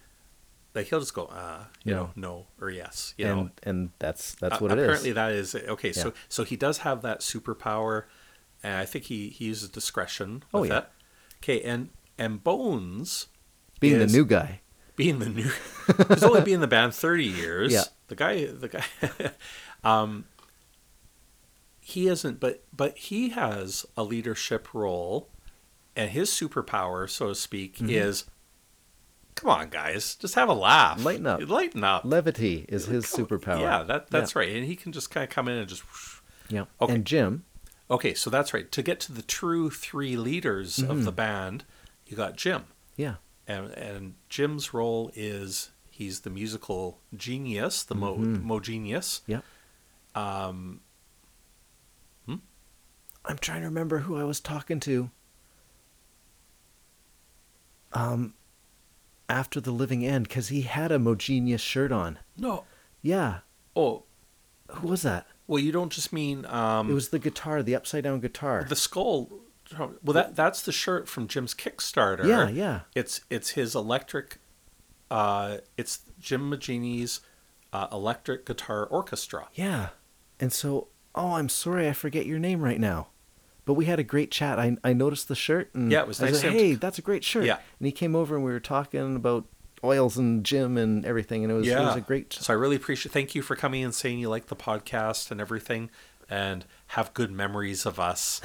That he'll just go, uh, you
No.
know, no or yes, you
and
know,
and that's that's
Uh,
what it is
apparently that is okay.
Yeah.
So so he does have that superpower, and I think he he uses discretion.
Oh,
with
yeah.
That. Okay, and and Bones
being
is-
the new guy
being the new, he's only been in the band thirty years.
Yeah.
The guy, the guy, um, he isn't, but but he has a leadership role, and his superpower, so to speak,
Mm-hmm.
is. Come on, guys, just have a laugh.
Lighten up.
Lighten up.
levity is his
Come-
superpower
Yeah, that that's right, and he can just kind of come in and just.
yeah
Okay.
and jim
Okay, so that's right. To get to the true three leaders of
Mm-hmm.
the band, you got Jim,
yeah
and and Jim's role is he's the musical genius, the mo mo genius. Um,
yeah um i'm trying to remember who i was talking to um um, after the living end because he had a mogenius shirt on
No,
yeah
oh
who was that
well, you don't just mean
It
um,
was the guitar, the upside down guitar.
the skull. Well, that that's the shirt from Jim's Kickstarter.
yeah, yeah.
It's it's his electric. Uh, it's Jim Magini's uh, electric guitar orchestra.
Yeah. And so, oh, I'm sorry I forget your name right now. But we had a great chat. I, I noticed the shirt and
Yeah, it was
I
nice
said,
of him to-
"Hey, that's a great shirt."
Yeah.
And he came over and we were talking about oils and gym and everything and it was it was a great
So I really appreciate. Thank you for coming and saying you like the podcast and everything, and have good memories of us,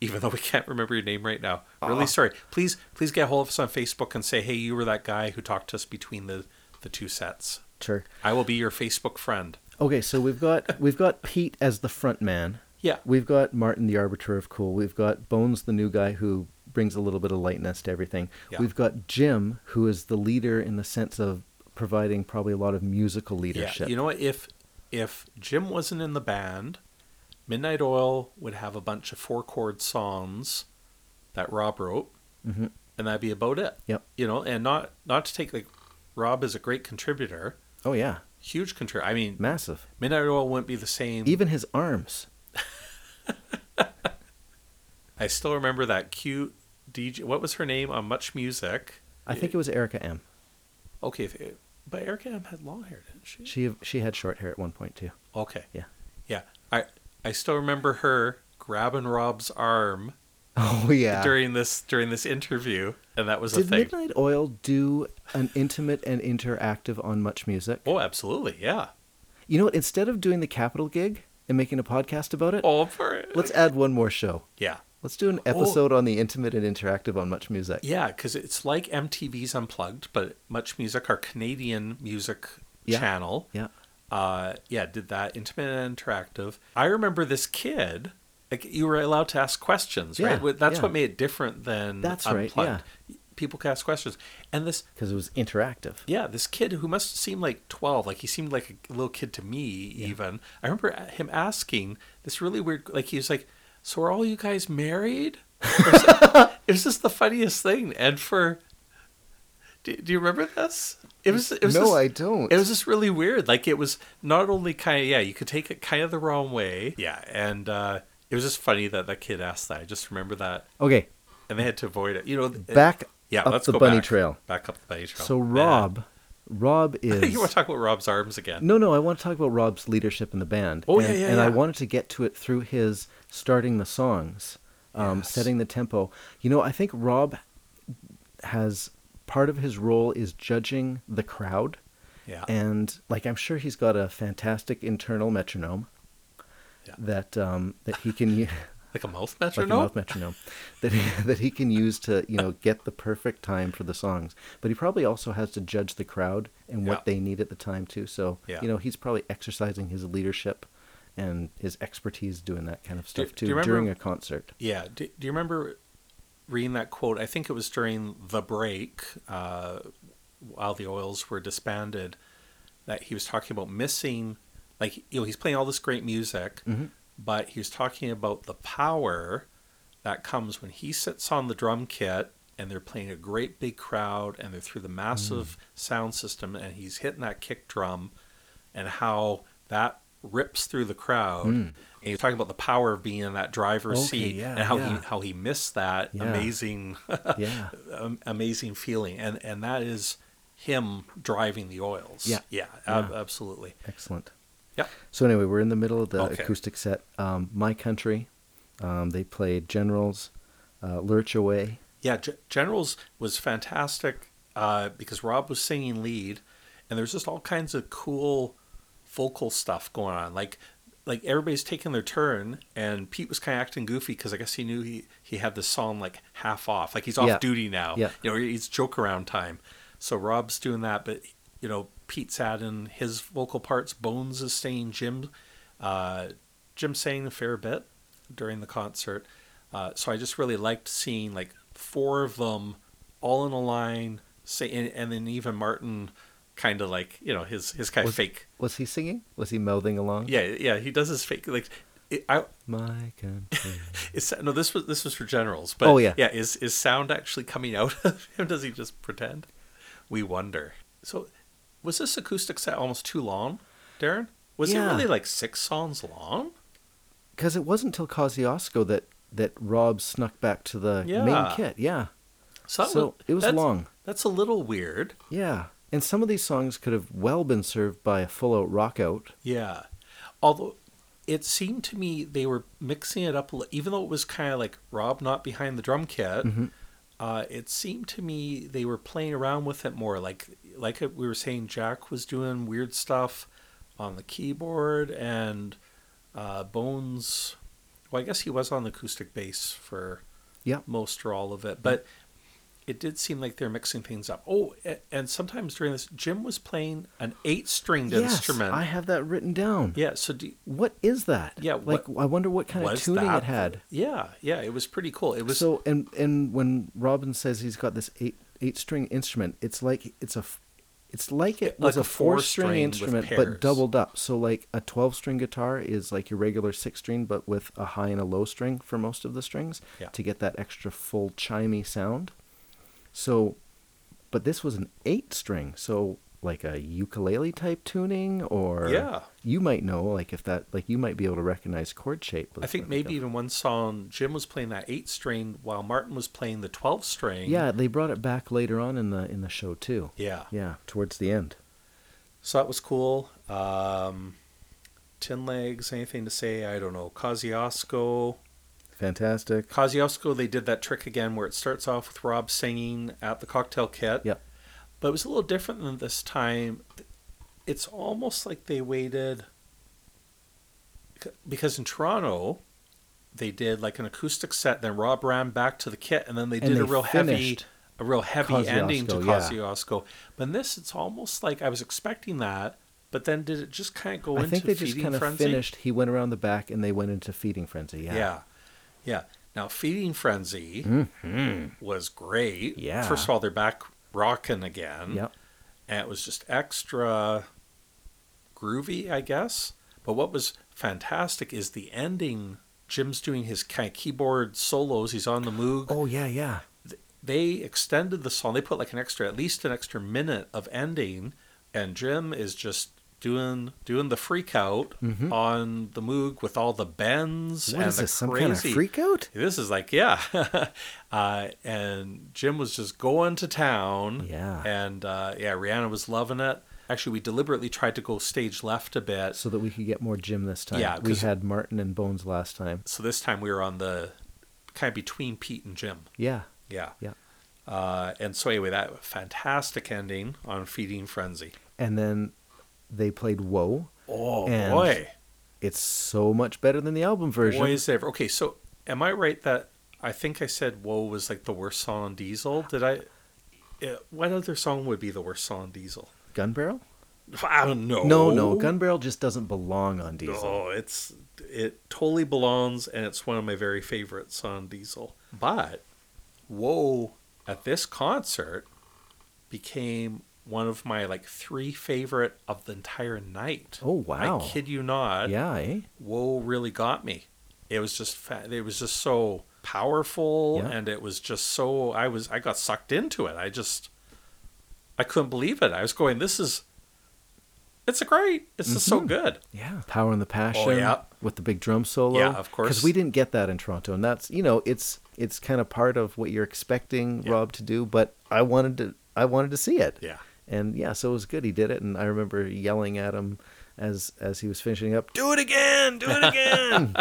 even though we can't remember your name right now. Really sorry. Please, please get a hold of us on Facebook and say, hey, you were that guy who talked to us between the the two sets.
Sure.
I will be your Facebook friend.
Okay, so we've got we've got Pete as the front man.
Yeah.
We've got Martin, the arbiter of cool. We've got Bones, the new guy who brings a little bit of lightness to everything.
Yeah.
We've got Jim, who is the leader in the sense of providing probably a lot of musical leadership.
Yeah, you know what? If if Jim wasn't in the band, Midnight Oil would have a bunch of four chord songs that Rob wrote,
Mm-hmm.
and that'd be about it.
Yep.
You know, and not not to take like Rob is a great contributor,
Oh yeah,
huge contributor. I mean,
massive.
Midnight Oil wouldn't be the same.
Even his arms.
I still remember that cute DJ. What was her name on Much Music?
I think it was Erica M.
Okay, if it, But Erica Adam had long hair, didn't she?
She she had short hair at one point too.
Okay.
Yeah.
Yeah. I I still remember her grabbing Rob's arm
Oh yeah.
during this during this interview, and that was a
Did
thing.
Midnight Oil do an intimate and interactive on Much Music?
Oh, absolutely. Yeah.
You know what? Instead of doing the Capital gig and making a podcast about it,
All for it.
let's add one more show.
Yeah.
Let's do an episode on the intimate and interactive on Much Music.
Oh. Yeah, because it's like MTV's Unplugged, but Much Music, our Canadian music
Yeah.
channel.
Yeah.
Uh, yeah, did that intimate and interactive. I remember this kid. Like you were allowed to ask questions,
Yeah,
right? Wh- That's
yeah.
what made it different than
That's right,
Unplugged. People could ask questions, and this
Because it was interactive.
yeah, this kid who must seem like 12, like he seemed like a little kid to me, even. I remember a- him asking this really weird, like he was like, So are all you guys married? Or so- it was just the funniest thing. And for, do, do you remember this? It was, it was
No,
just-
I don't.
It was just really weird. Like it was not only kind of, yeah, you could take it kind of the wrong way. Yeah. And uh, it was just funny that that kid asked that. I just remember that.
Okay,
And they had to avoid it. You know, it-
back
Eh, yeah,
up
let's
the
go
bunny
back.
trail.
Back up the bunny trail.
So
Man.
Rob, Rob is.
you want to talk about Rob's arms again?
No, no, I want to talk about Rob's leadership in the band.
Oh,
and,
yeah, yeah,
And I
yeah.
wanted to get to it through his starting the songs, um,
Yes.
setting the tempo. You know, I think Rob has part of his role is judging the crowd.
Yeah.
And like, I'm sure he's got a fantastic internal metronome
Yeah.
that um, that he can use.
like a mouth
Like a
metronome?
mouth metronome that he, that he can use to you know get the perfect time for the songs, but he probably also has to judge the crowd and what
Yeah.
they need at the time too. So
Yeah.
you know he's probably exercising his leadership and his expertise doing that kind of
Do-
stuff
do
too
you remember-
during a concert.
yeah. Do, do you remember reading that quote? I think it was during the break uh, while the Oils were disbanded that he was talking about missing, like, you know, he's playing all this great music,
Mm-hmm.
but he was talking about the power that comes when he sits on the drum kit and they're playing a great big crowd and they're through the massive
Mm.
sound system and he's hitting that kick drum and how that rips through the crowd. And he's talking about the power of being in that driver's
Mm. Okay,
seat
yeah,
and how
yeah.
he how he missed that
Yeah.
amazing
Yeah,
am- amazing feeling and and that is him driving the oils.
Yeah.
Yeah, ab- absolutely.
excellent.
Yep.
So anyway, we're in the middle of the
Okay.
acoustic set. Um, My country, um, they played Generals, uh, Lurch Away.
Yeah, G- Generals was fantastic uh, because Rob was singing lead, and there's just all kinds of cool vocal stuff going on. Like, like everybody's taking their turn, and Pete was kind of acting goofy because I guess he knew he he had this song like half off, like he's off
Yeah.
duty now.
Yeah.
you know, it's joke around time. So Rob's doing that, but you know, Pete's adding his vocal parts. Bones is saying Jim, uh, Jim sang a fair bit during the concert. Uh, so I just really liked seeing like four of them all in a line. Say, and, and then even Martin, kind of like you know his his kind of
Was-
fake.
Was he singing? Was he mouthing along?
Yeah, yeah, he does his fake like. It, I,
My country.
it's, no, this was this was for generals, but
Oh, yeah.
yeah. Is is sound actually coming out of him? Does he just pretend? We wonder. So, was this acoustic set almost too long, Darren? Was
Yeah.
it really like six songs long?
Because it wasn't till Kosciuszko that that Rob snuck back to the main
Yeah.
kit. Yeah.
So, that
So it was
that's-
long.
That's a little weird.
Yeah. And some of these songs could have well been served by a full out rock out.
Yeah. Although it seemed to me they were mixing it up, a li- even though it was kind of like Rob not behind the drum kit.
Mm-hmm.
Uh, it seemed to me they were playing around with it more. Like like we were saying, Jack was doing weird stuff on the keyboard and uh, Bones. Well, I guess he was on the acoustic bass for
Yeah.
most or all of it, but it did seem like they're mixing things up. Oh, a- and sometimes during this, Jim was playing an eight-stringed
Yes,
instrument.
I have that written down.
Yeah. So do
What is that?
Yeah,
Like
what
I wonder what kind of
was
tuning
that-
it had.
yeah, yeah, it was pretty cool. It was
so and and when Robin says he's got this eight eight string instrument, it's like it's a f- it's like it
Like
was
a
a four string
four-string with
instrument but
pairs.
doubled up. So like a 12 string guitar is like your regular 6 string but with a high and a low string for most of the strings
Yeah.
to get that extra full chimey sound. So but this was an 8 string. So like a ukulele type tuning or
Yeah.
you might know like if that like you might be able to recognize chord shape.
I
That's
think
what I'm
maybe
thinking.
even one song Jim was playing that eight string while Martin was playing the twelve string.
Yeah, they brought it back later on in the in the show too.
Yeah.
Yeah, towards the end.
So that was cool. Um, Tin Legs, anything to say? I don't know. Kosciuszko.
Fantastic.
Kosciuszko, they did that trick again where it starts off with Rob singing at the cocktail kit.
Yep.
But it was a little different than this time. It's almost like they waited. Because in Toronto, they did like an acoustic set, then Rob ran back to the kit, and then they
And
did a
they
real heavy.
finished
A real heavy ending to
Kosciuszko, yeah.
Kosciuszko. But in this, it's almost like I was expecting that, but then did it just kind of go
I
into
think they just
feeding
kind of
frenzy?
finished. He went around the back and they went into feeding frenzy. Yeah.
Yeah. yeah. Now, Feeding Frenzy was great.
Mm-hmm. Yeah.
First of all, they're back rocking again.
Yep.
And it was just extra groovy, I guess. But what was fantastic is the ending. Jim's doing his kind of keyboard solos. He's on the moog.
Oh yeah, yeah.
They extended the song. They put like an extra, at least an extra minute of ending. And Jim is just doing doing the freak out on the moog with all the bends
Mm-hmm. What
and
is
the
this? Some
crazy
kind of freak out?
this is like yeah uh, and jim was just going to town
Yeah.
and uh, Mm. yeah rihanna was loving it actually we deliberately tried to go stage left a bit so,
So that we could get more Jim this time.
Yeah,
we
'cause-
had Martin and Bones last time.
this time we were on the kind of between pete and jim
Yeah,
yeah
Yeah.
uh, and so anyway that fantastic ending on feeding frenzy
and then they played Whoa.
oh
And
boy
It's so much better than the album version.
boy is ever okay so am i right that i think i said whoa was like the worst song on diesel did i Yeah, what other song would be the worst song on diesel
Gun Barrel?
I don't know.
No, no, Gun Barrel just doesn't belong on Diesel.
Oh. No, it's it totally belongs, and it's one of my very favorites on Diesel. But whoa, at this concert became one of my like three favorite of the entire night.
Oh, wow.
I kid you not.
Yeah, eh?
Whoa really got me. It was just fa- it was just so powerful,
Yeah.
and it was just so I was I got sucked into it. I just I couldn't believe it. I was going, this is. It's great. This is so good.
Yeah. Power and the Passion
Oh, yeah.
with the big drum solo.
Yeah, of course.
Because we didn't get that in Toronto. And that's, you know, it's it's kind of part of what you're expecting
Yeah.
Rob to do, but I wanted to I wanted to see it.
Yeah.
And yeah, so it was good. He did it and I remember yelling at him as as he was finishing up, Do it again, do it again.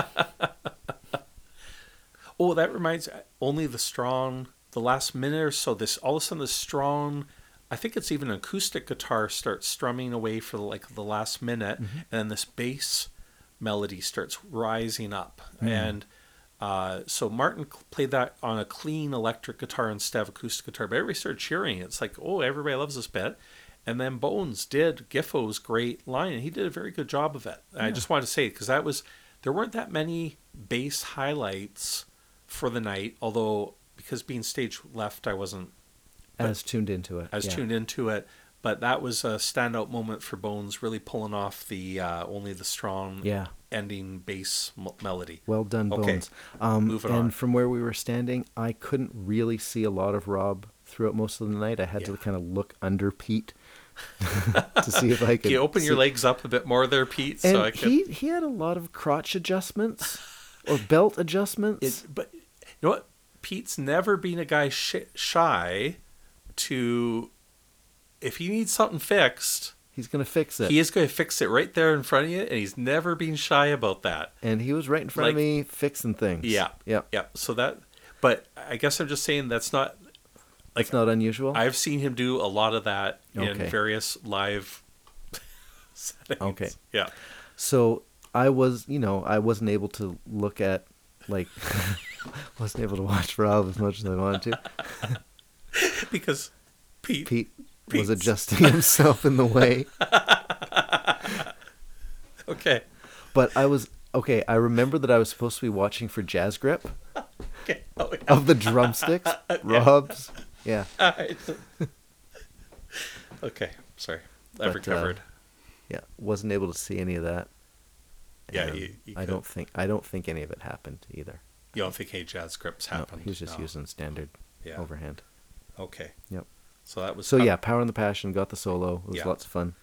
Oh, that reminds only the strong. The last minute or so, this all of a sudden the strong. I think it's even an acoustic guitar starts strumming away for like the last minute, and then this bass melody starts rising up. And uh, so Martin cl- played that on a clean electric guitar instead of acoustic guitar, but everybody started cheering. It's like, oh, everybody loves this bit. And then Bones did Giffo's great line, and he did a very good job of it. And I just wanted to say because that was there weren't that many bass highlights for the night, although because being stage left, I wasn't
as tuned into it.
I was
yeah.
tuned into it. But that was a standout moment for Bones, really pulling off the uh, only the strong
Yeah.
ending bass m- melody.
Well done,
Okay.
Bones. Um,
Moving
and
on.
from where we were standing, I couldn't really see a lot of Rob throughout most of the night. I had to
Yeah.
kind of look under Pete to see if I could.
Can you open your
see-
legs up a bit more there, Pete?
And
so I could.
he he had a lot of crotch adjustments or belt adjustments.
It, but you know what? Pete's never been a guy sh- shy to. If he needs something fixed,
He's gonna fix it.
he is going to fix it right there in front of you, and he's never been shy about that.
and he was right in front of
like-
me fixing things.
Yeah.
yeah.
Yeah. So that, but I guess I'm just saying that's not.
It's not unusual.
I've seen him do a lot of that
Okay.
in various live settings.
Okay.
Yeah.
so I was, you know, I wasn't able to look at like. wasn't able to watch Rob as much as I wanted to.
Because Pete,
Pete was
Pete's.
adjusting himself in the way.
Okay.
But I was okay. I remember that I was supposed to be watching for Jazz Grip
Okay. Oh, yeah.
of the drumsticks, Rob's. Yeah,
okay. Sorry.
But, uh,
I've recovered.
yeah. Wasn't able to see any of that.
yeah.
and
You, you,
I
could-
don't think I don't think any of it happened either.
you don't think, hey, jazz scripts
No,
happened?
he was just
No.
using standard
Yeah.
overhand.
Okay.
Yep.
So that was.
So
up-
yeah, Power and the Passion got the solo. It was
Yeah.
lots of fun.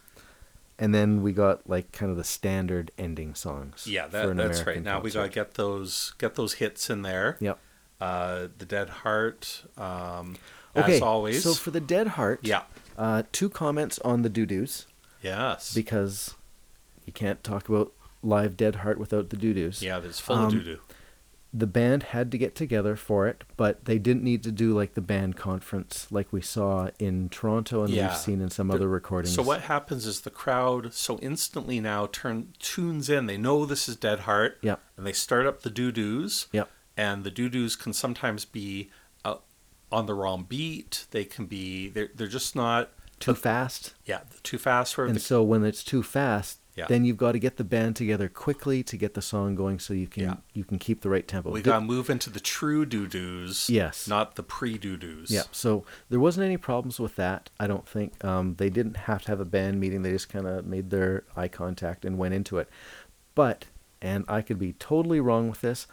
And then we got like kind of the standard ending songs.
Yeah.
for
That,
an
that's right.
American
Now we
concert.
got to get those, get those hits in there.
Yep.
Uh, the Dead Heart. Um,
Okay.
As always.
So for the Dead Heart.
yeah.
Uh, two comments on the doo doos.
Yes.
because you can't talk about live Dead Heart without the doo doos.
yeah, it's full
Um,
of doo doo.
The band had to get together for it, but they didn't need to do like the band conference like we saw in Toronto and
Yeah.
we've seen in some
But-
other recordings.
So what happens is the crowd so instantly now turn tunes in. They know this is Dead Heart.
Yep.
And they start up the doo doos.
Yep.
And the doo doos can sometimes be uh, on the wrong beat. They can be they're they're just not
Too fast.
yeah too fast. Where
And
the,
so when it's too fast,
Yeah.
then you've got to get the band together quickly to get the song going so you can
Yeah.
you can keep the right tempo.
we
Thi-
gotta move into the true doo doos.
Yes.
Not the pre doo doos.
Yeah, so there wasn't any problems with that. I don't think um, they didn't have to have a band meeting. They just kind of made their eye contact and went into it. But, and I could be totally wrong with this,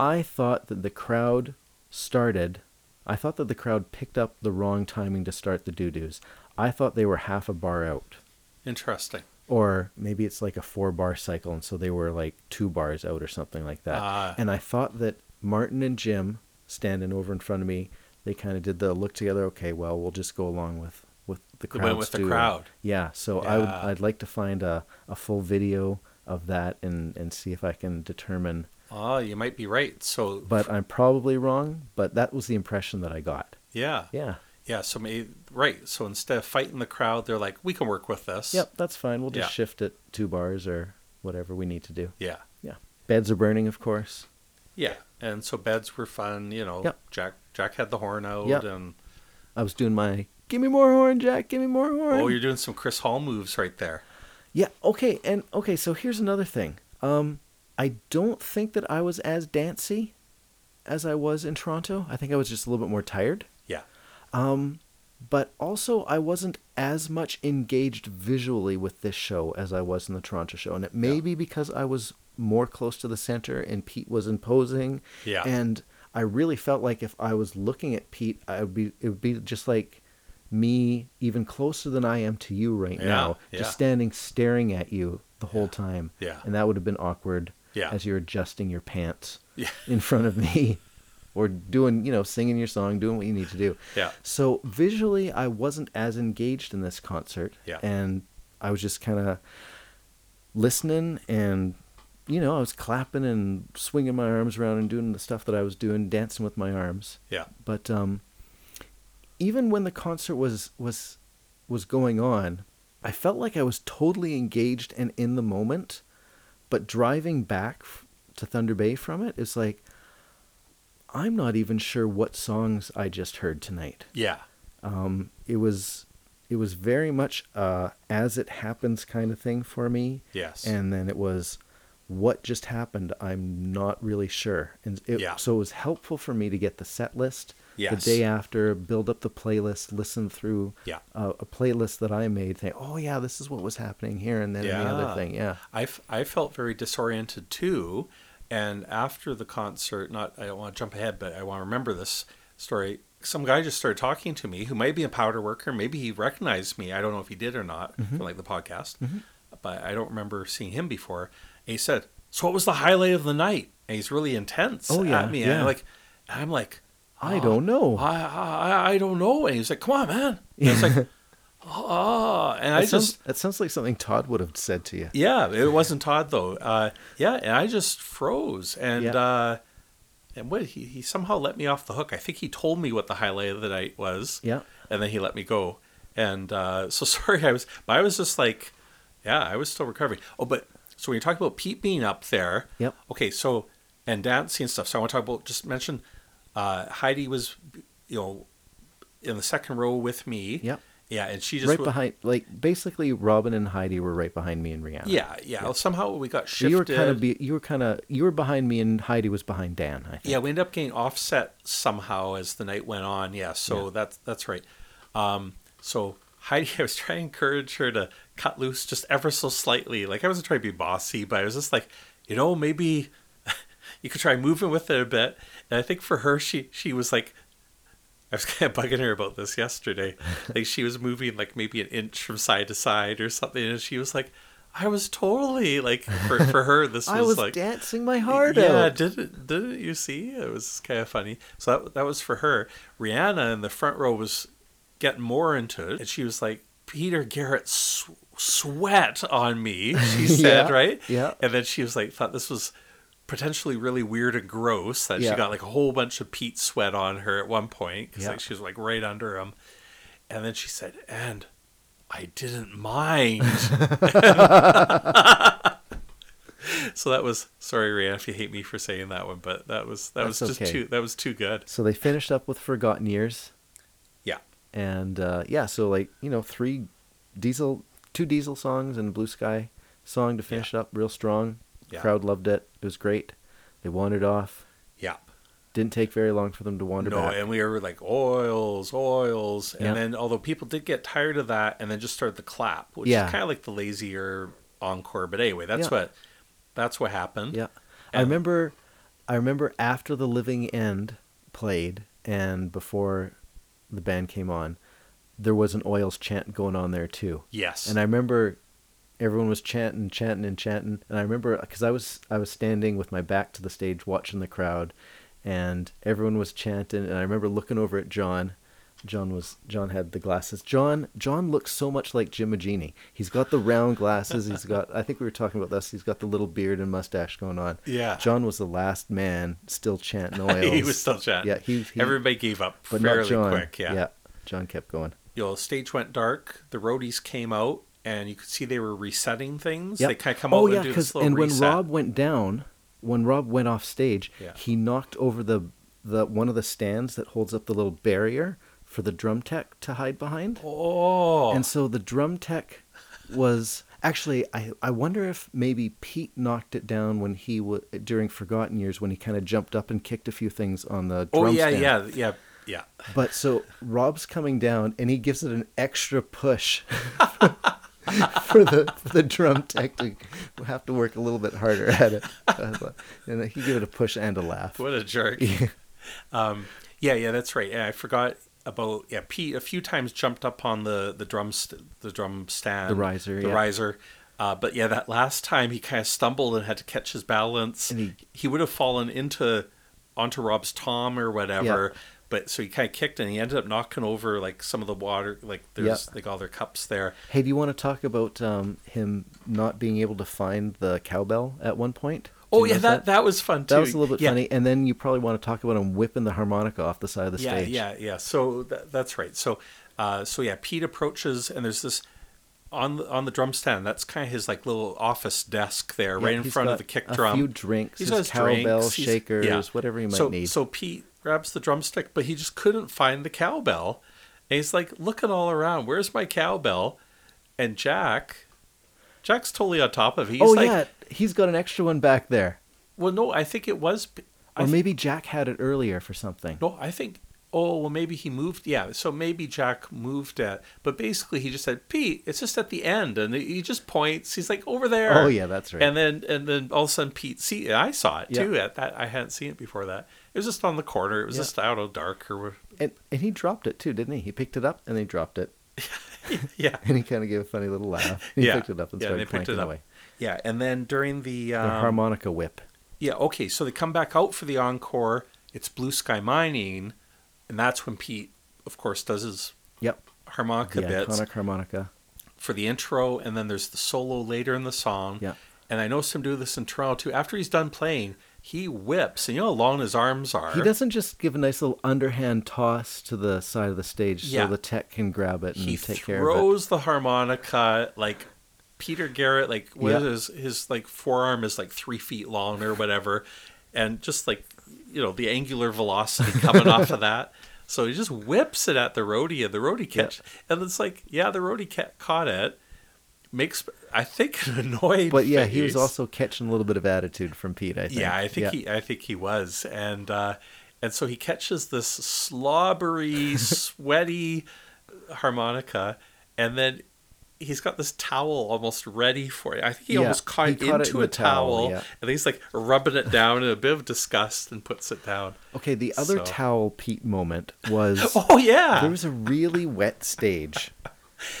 I thought that the crowd started. I thought that the crowd picked up the wrong timing to start the doo doos. I thought they were half a bar out,
Interesting.
or maybe it's like a four bar cycle, and so they were like two bars out or something like that.
Ah.
and I thought that Martin and Jim standing over in front of me, they kind of did the look together. Okay, well, we'll just go along with with the
They
crowd.
went with the crowd.
Yeah. So I would,
Yeah.
I'd like to find a, a full video of that and and see if I can determine.
Ah, you might be right. So
But I'm probably wrong. But that was the impression that I got.
yeah.
Yeah.
Yeah, so maybe right. So instead of fighting the crowd, they're like, "We can work with this."
Yep. That's fine. We'll just
Yeah.
shift it two bars or whatever we need to do.
Yeah,
Yeah. Beds are burning, of course.
yeah. And so beds were fun. You know,
Yep.
Jack Jack had the horn out,
Yep.
and
I was doing my give me more horn, Jack. Give me more horn.
oh, you're doing some Chris Hall moves right there.
Yeah, okay, and okay, so here's another thing. Um I don't think that I was as dancy as I was in Toronto. I think I was just a little bit more tired.
Yeah,
Um but also I wasn't as much engaged visually with this show as I was in the Toronto show. And it may
Yeah.
be because I was more close to the center and Pete was imposing.
Yeah.
And I really felt like if I was looking at Pete, I would be it would be just like me even closer than I am to you right
Yeah,
now,
yeah.
just standing staring at you the whole time.
yeah.
And that would have been awkward
Yeah.
as you're adjusting your pants
Yeah.
in front of me or doing, you know, singing your song, doing what you need to do.
Yeah.
So visually, I wasn't as engaged in this concert.
Yeah.
And I was just kind of listening and. You know, I was clapping and swinging my arms around and doing the stuff that I was doing, dancing with my arms
yeah,
but um, even when the concert was was was going on, I felt like I was totally engaged and in the moment. But driving back f- to Thunder Bay from it, it's like I'm not even sure what songs I just heard tonight.
yeah,
Um, it was it was very much uh, as it happens kind of thing for me
yes,
and then it was what just happened i'm not really sure and it,
Yeah.
so it was helpful for me to get the set list
Yes.
the day after build up the playlist listen through
Yeah.
a, a playlist that i made think oh yeah this is what was happening here and then and the
Yeah.
other thing yeah
I, f- I felt very disoriented too. And after the concert, not I don't want to jump ahead, but I want to remember this story. Some guy just started talking to me who might be a powder worker. Maybe he recognized me. I don't know if he did or not,
Mm-hmm.
from, like the podcast, but I don't remember seeing him before. And he said, So, what was the highlight of the night? And he's really intense
Oh, yeah,
at me. And
yeah.
I'm like, I'm like,
i don't know
Ah, I, I, I don't know. And he's like, Come on, man. And I was like, Oh, and I
that, sounds,
just
that sounds like something todd would have said to you
yeah, it wasn't Todd though. Uh, yeah, and I just froze, and
Yeah.
uh, and what he he somehow let me off the hook. I think he told me what the highlight of the night was.
Yeah.
and then he let me go. And uh, so sorry, I was, but I was just like, yeah, I was still recovering. Oh, but so when you talk about Pete being up there,
Yep.
Okay, so and dancing and stuff. So I want to talk about just mention uh, Heidi was, you know, in the second row with me.
Yep.
Yeah, and she just
right
wa-
behind like basically robin and heidi were right behind me in reality
Yeah, yeah. Somehow we got
So
shifted.
you were kind of be, you were kind of you were behind me and heidi was behind dan i think
Yeah, we ended up getting offset somehow as the night went on. Yeah, so that's that's right. Um, so Heidi, I was trying to encourage her to cut loose just ever so slightly. Like I wasn't trying to be bossy, but I was just like, you know, maybe you could try moving with it a bit. And I think for her, she she was like. I was kind of bugging her about this yesterday. Like she was moving like maybe an inch from side to side or something, and she was like, "I was totally like for, for her this was,
i was
like
dancing my heart
yeah,
out
didn't didn't you see? It was kind of funny. So that that was for her. Rihanna in the front row was getting more into it, and she was like, "Peter Garrett sw- sweat on me, she said,
Yeah,
right?
yeah.
And then she was like, thought this was potentially really weird and gross that
Yeah.
she got like a whole bunch of peat sweat on her at one point because
Yeah.
like, she was like right under him. And then she said, and I didn't mind. so that was sorry, Rihanna, if you hate me for saying that one, but that was that was
That's
just
okay.
too that was too good.
So they finished up with Forgotten Years.
Yeah.
And uh, yeah, so like, you know, three diesel, two diesel songs and a Blue Sky song to finish it up real strong.
Yeah.
Crowd loved it. It was great. They wandered off.
Yeah.
Didn't take very long for them to wander
No,
back.
and we were like oils, oils, and
Yeah.
then although people did get tired of that, and then just started the clap, which
Yeah.
is kind of like the lazier encore. But anyway, that's
Yeah.
what that's what happened.
Yeah. I
And-
remember I remember after the living end played and before the band came on, there was an oils chant going on there too.
Yes.
And I remember everyone was chanting, chanting, and chanting. And I remember because I was I was standing with my back to the stage watching the crowd, and everyone was chanting. And I remember looking over at John. John was John had the glasses. John John looks so much like Jim Genie. He's got the round glasses. He's got I think we were talking about this. He's got the little beard and mustache going on.
Yeah.
John was the last man still chanting oils.
he was still chatting.
Yeah, he, he
everybody gave up
but not
fairly
John.
quick. Yeah.
Yeah. John kept going.
You know, the stage went dark. The roadies came out, and you could see they were resetting things.
Yep.
They kind of come
oh,
out
yeah,
and do the
'cause-
slow
and when
reset.
Rob went down, when Rob went off stage,
Yeah.
he knocked over the the one of the stands that holds up the little barrier for the drum tech to hide behind.
oh,
And so the drum tech was actually I I wonder if maybe Pete knocked it down when he was during Forgotten Years when he kind of jumped up and kicked a few things on the
oh
drum
yeah,
stand.
yeah, yeah, yeah.
But so Rob's coming down and he gives it an extra push for the for the drum tech to have to work a little bit harder at it. Uh, And he gave it a push and a laugh.
What a jerk. um, yeah, yeah, that's right. Yeah, I forgot about yeah. Pete a few times jumped up on the the drum st- the drum stand,
The riser,
the
yeah.
riser. Uh, but yeah, that last time he kind of stumbled and had to catch his balance.
And he-
he, would have fallen into onto Rob's tom or whatever. But so he kind of kicked and he ended up knocking over like some of the water, like there's like all their cups there.
Hey, do you want to talk about um, him not being able to find the cowbell at one point? Do
Oh
you
yeah,
notice
that, that was fun too.
That was a little bit
Yeah.
funny. And then you probably want to talk about him whipping the harmonica off the side of the
yeah,
stage.
Yeah, yeah, So tha- that's right. So, uh, so yeah, Pete approaches, and there's this on the, on the drum stand. That's kind of his like little office desk there,
Yeah,
right in
he's
front of
got
the kick
a
drum.
few drinks,
He's
his
got his
cowbell,
drinks, he's-
shakers, whatever he might
so,
need.
So Pete grabs the drumstick, but he just couldn't find the cowbell, and he's like looking all around. Where's my cowbell? And Jack, Jack's totally on top of. It. He's
oh
like,
yeah, he's got an extra one back there.
well, no, I think it was. P- I
Or
thi-
maybe Jack had it earlier for something.
No, I think. Oh, well, maybe he moved. Yeah, so maybe Jack moved it. But basically, he just said, "Pete, it's just at the end," and he just points. He's like, "Over there."
Oh, yeah, that's right.
And then, and then all of a sudden, Pete see. I saw it
Yeah.
too. At that, I hadn't seen it before. That it was just on the corner. It was
Yeah.
just out of dark or wha-
And and he dropped it too, didn't he? He picked it up and he dropped it,
yeah,
and he kind of gave a funny little laugh. He
yeah.
picked it up and
yeah,
started
they picked
clanking
it up.
away.
Yeah, and then during the,
The
um,
harmonica whip.
yeah, okay, so they come back out for the encore. It's Blue Sky Mining, and that's when Pete, of course, does his
Yep.
harmonica
The
bits.
iconic harmonica.
for the intro, and then there's the solo later in the song.
Yeah.
And I noticed him do this in Toronto too. After he's done playing, he whips, and you know how long his arms are.
He doesn't just give a nice little underhand toss to the side of the stage
Yeah.
so the tech can grab it and
He
take care of it.
throws the harmonica like Peter Garrett, like what
Yeah.
is his, his like forearm is like three feet long or whatever, and just like you know the angular velocity coming off of that. So he just whips it at the roadie, and the roadie catch, and it's like yeah, the roadie ca- caught it. Makes I think an annoyed.
But yeah, he was
face.
also catching a little bit of attitude from Pete. I think.
Yeah, I think he I think he was. And uh and so he catches this slobbery, sweaty harmonica and then he's got this towel almost ready for it. I think he
Yeah,
almost caught,
he
it
caught it
into
in
a
the towel,
towel,
yeah.
and he's like rubbing it down in a bit of disgust and puts it down.
Okay, the other
So-
towel Pete moment was
Oh yeah.
there was a really wet stage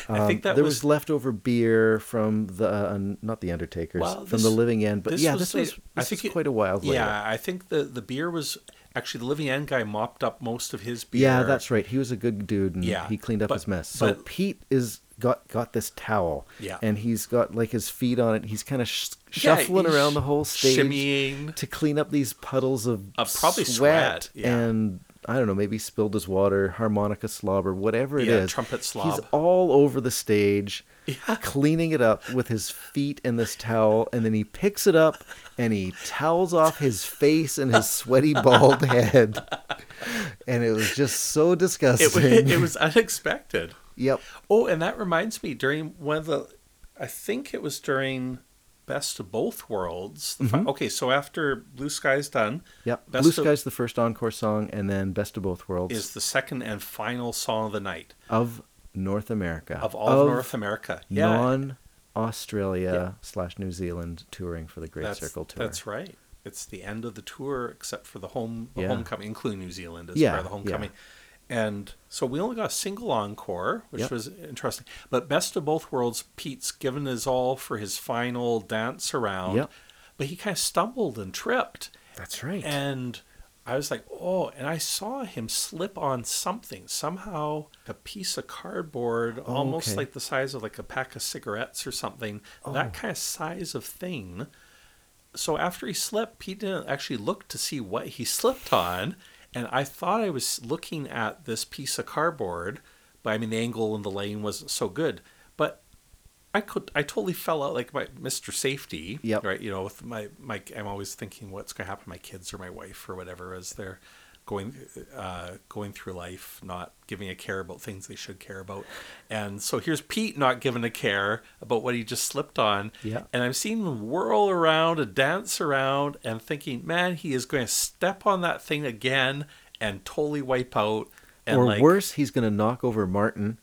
I think that
Um, there
was,
was, leftover beer from the uh, not the Undertakers
Well,
from
this-
the Living End, but yeah, this was
late-
this was
it-
quite a while later.
Yeah, I think the the beer was actually the Living End guy mopped up most of his beer.
Yeah, that's right. He was a good dude, and
Yeah,
he cleaned up
but-
his mess. So
but-
Pete is got got this towel,
Yeah.
and he's got like his feet on it. He's kind of sh-
Yeah,
shuffling
he's
around the whole stage,
shimmying.
to clean up these puddles of
Of probably sweat, yeah.
and I don't know, maybe spilled his water, harmonica slob, or whatever it is.
Yeah, trumpet
He's
slob.
all over the stage, cleaning it up with his feet and this towel, and then he picks it up and he towels off his face and his sweaty bald head and it was just so disgusting.
It, wa- it was unexpected.
yep.
Oh, and that reminds me during one of the, I think it was during Best of Both Worlds. the fi- okay, so after Blue Sky's done,
Yep.
Best
Blue
of-
Sky's the first encore song, and then Best of Both Worlds
is the second and final song of the night
of North America
of all of North America.
non Australia slash New Zealand touring for the Great Circle Tour.
That's right. It's the end of the tour, except for the home the
Yeah.
homecoming, including New Zealand as
Yeah,
part of the
yeah.
homecoming. And so we only got a single encore, which
Yep.
was interesting. But best of both worlds, Pete's given his all for his final dance around,
Yep.
but he kind of stumbled and tripped.
That's right.
And I was like, oh, and I saw him slip on something, somehow a piece of cardboard, almost
Oh, okay.
like the size of like a pack of cigarettes or something,
Oh.
that kind of size of thing. So after he slipped, he didn't actually look to see what he slipped on. And I thought I was looking at this piece of cardboard, but I mean, the angle and the lane wasn't so good. But I could I totally fell out like my Mr. Safety.
Yep.
Right. You know, with my my I'm always thinking what's gonna happen to my kids or my wife or whatever as they're going uh, going through life, not giving a care about things they should care about. And so here's Pete not giving a care about what he just slipped on.
Yeah.
And I'm seeing him whirl around and dance around and thinking, man, he is gonna step on that thing again and totally wipe out and
or
like,
worse, he's going to knock over Martin.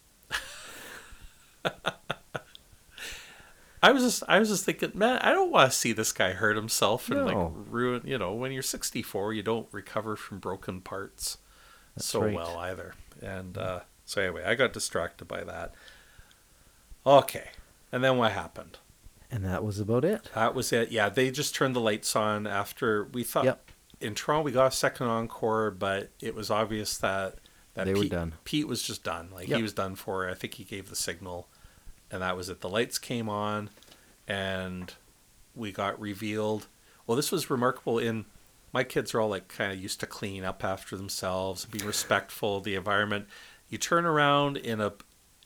I was just I was just thinking, man, I don't want to see this guy hurt himself and like
No.
ruin. You know, when you're 64, you don't recover from broken parts so
right.
well either. And uh, so anyway, I got distracted by that. Okay, and then what happened?
And that was about it.
That was it. Yeah, they just turned the lights on after we thought
Yep.
in Toronto we got a second encore, but it was obvious that that
They were
Pete,
done.
Pete was just done. Like
Yep.
he was done for. I think he gave the signal, and that was it. The lights came on, and we got revealed. Well, this was remarkable. In my kids are all like kind of used to clean up after themselves, be respectful of the environment. You turn around in a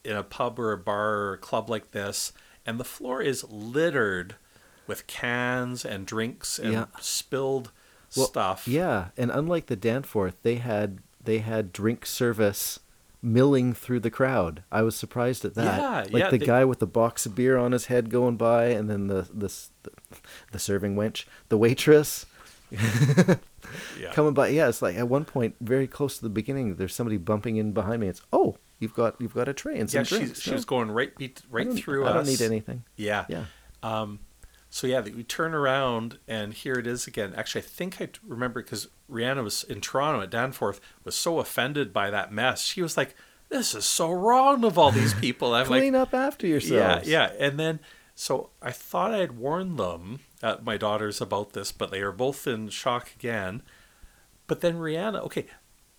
in a pub or a bar or a club like this, and the floor is littered with cans and drinks and
Yeah.
spilled
Well,
stuff.
Yeah, and unlike the Danforth, they had they had drink service milling through the crowd. I was surprised at that.
Yeah,
like
yeah,
the
they-
guy with the box of beer on his head going by, and then the the s- the, the serving wench, the waitress
Yeah.
coming by. Yeah, it's like at one point, very close to the beginning, there's somebody bumping in behind me. It's oh, you've got you've got a tray and some
yeah, she,
drinks.
she
No,
was going right be-
I
right
don't-
through
I don't
us.
need anything.
Yeah.
Yeah.
So yeah, we turn around and here it is again. Actually, I think I remember because Rihanna was in Toronto at Danforth was so offended by that mess. She was like, "This is so wrong of all these people." I'm like,
Clean up after yourselves.
yeah, yeah. And then, so I thought I had warned them, uh, my daughters, about this, but they are both in shock again. But then Rihanna, okay,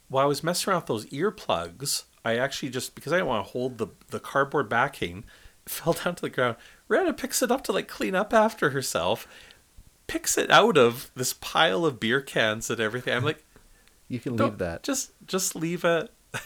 while I was messing around with those earplugs, I actually just, because I didn't want to hold the, the cardboard backing, fell down to the ground. Rihanna picks it up to like clean up after herself, picks it out of this pile of beer cans and everything. I'm like,
You can
don't-
leave that.
Just just leave it.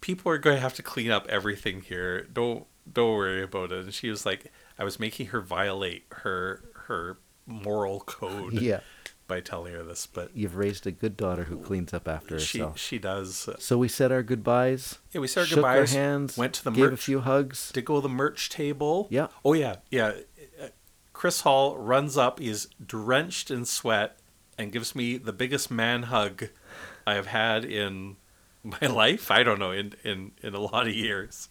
People are going to have to clean up everything here. Don't don't worry about it. And she was like, I was making her violate her her moral code
Yeah.
by telling her this, but
You've raised a good daughter who cleans up after
she
herself.
she does.
So we said our goodbyes.
Yeah, we said our
shook
goodbyes,
Our hands.
went to the
gave a
merch-
few hugs.
to go to the merch table.
Yeah.
Oh yeah, yeah. Uh, Chris Hall runs up, he is drenched in sweat, and gives me the biggest man hug I have had in my life. I don't know in in in a lot of years.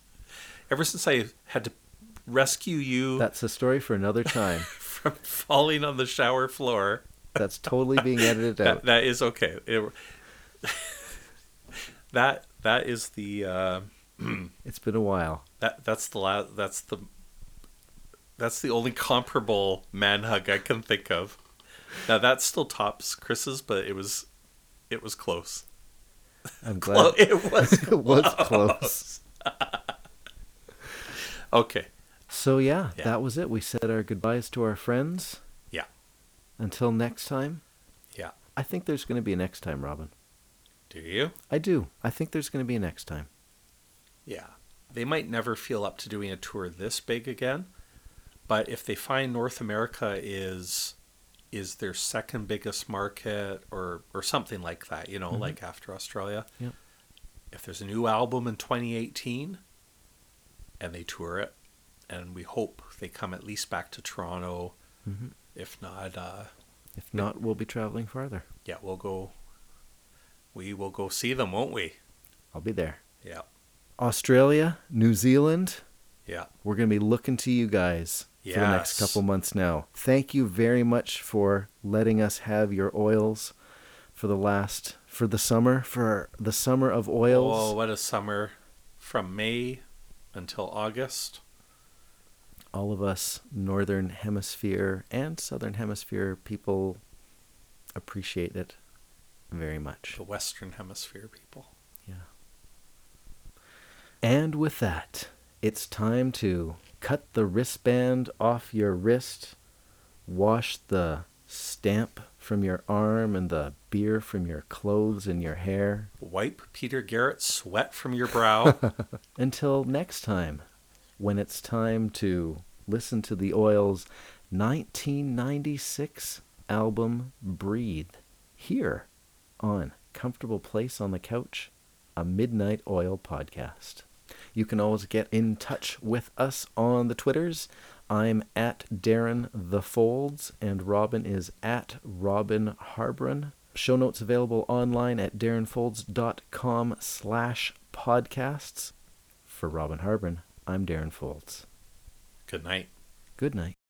Ever since I had to rescue you
That's a story for another time.
from falling on the shower floor.
That's totally being edited
That,
out.
that is okay. It- that that is the uh,
It's been a while.
That that's the la- that's the that's the only comparable man hug I can think of. Now that still tops Chris's, but it was it was close.
I'm glad
Well, it was
it was close.
okay.
So yeah,
Yeah.
that was it. We said our goodbyes to our friends.
Yeah.
Until next time.
Yeah.
I think there's going to be a next time, Robin.
Do you?
I do. I think there's going to be a next time.
Yeah. They might never feel up to doing a tour this big again, but if they find North America is is their second biggest market or or something like that, you know, like after Australia.
Yeah.
If there's a new album in 2018 and they tour it and we hope they come at least back to Toronto.
Mhm.
If not uh
If not, we'll be traveling farther.
yeah, we'll go we will go see them, won't we?
I'll be there.
Yeah.
Australia, New Zealand.
Yeah.
We're going to be looking to you guys for the next
Yes.
couple months now. Thank you very much for letting us have your oils for the last for the summer for the summer of oils.
Oh, what a summer from May until August.
all of us northern hemisphere and southern hemisphere people appreciate it very much.
The Western Hemisphere people.
And with that, it's time to cut the wristband off your wrist, wash the stamp from your arm and the beer from your clothes and your hair.
Wipe Peter Garrett's sweat from your brow.
Until next time, when it's time to listen to the Oil's 1996 album Breathe here on Comfortable Place on the Couch, a Midnight Oil podcast. You can always get in touch with us on the Twitters. I'm at Darren the Folds, and Robin is at Robin Harbron. Show notes available online at darrenfolds.com slash podcasts. For Robin Harbron, I'm Darren Folds.
Good night.
Good night.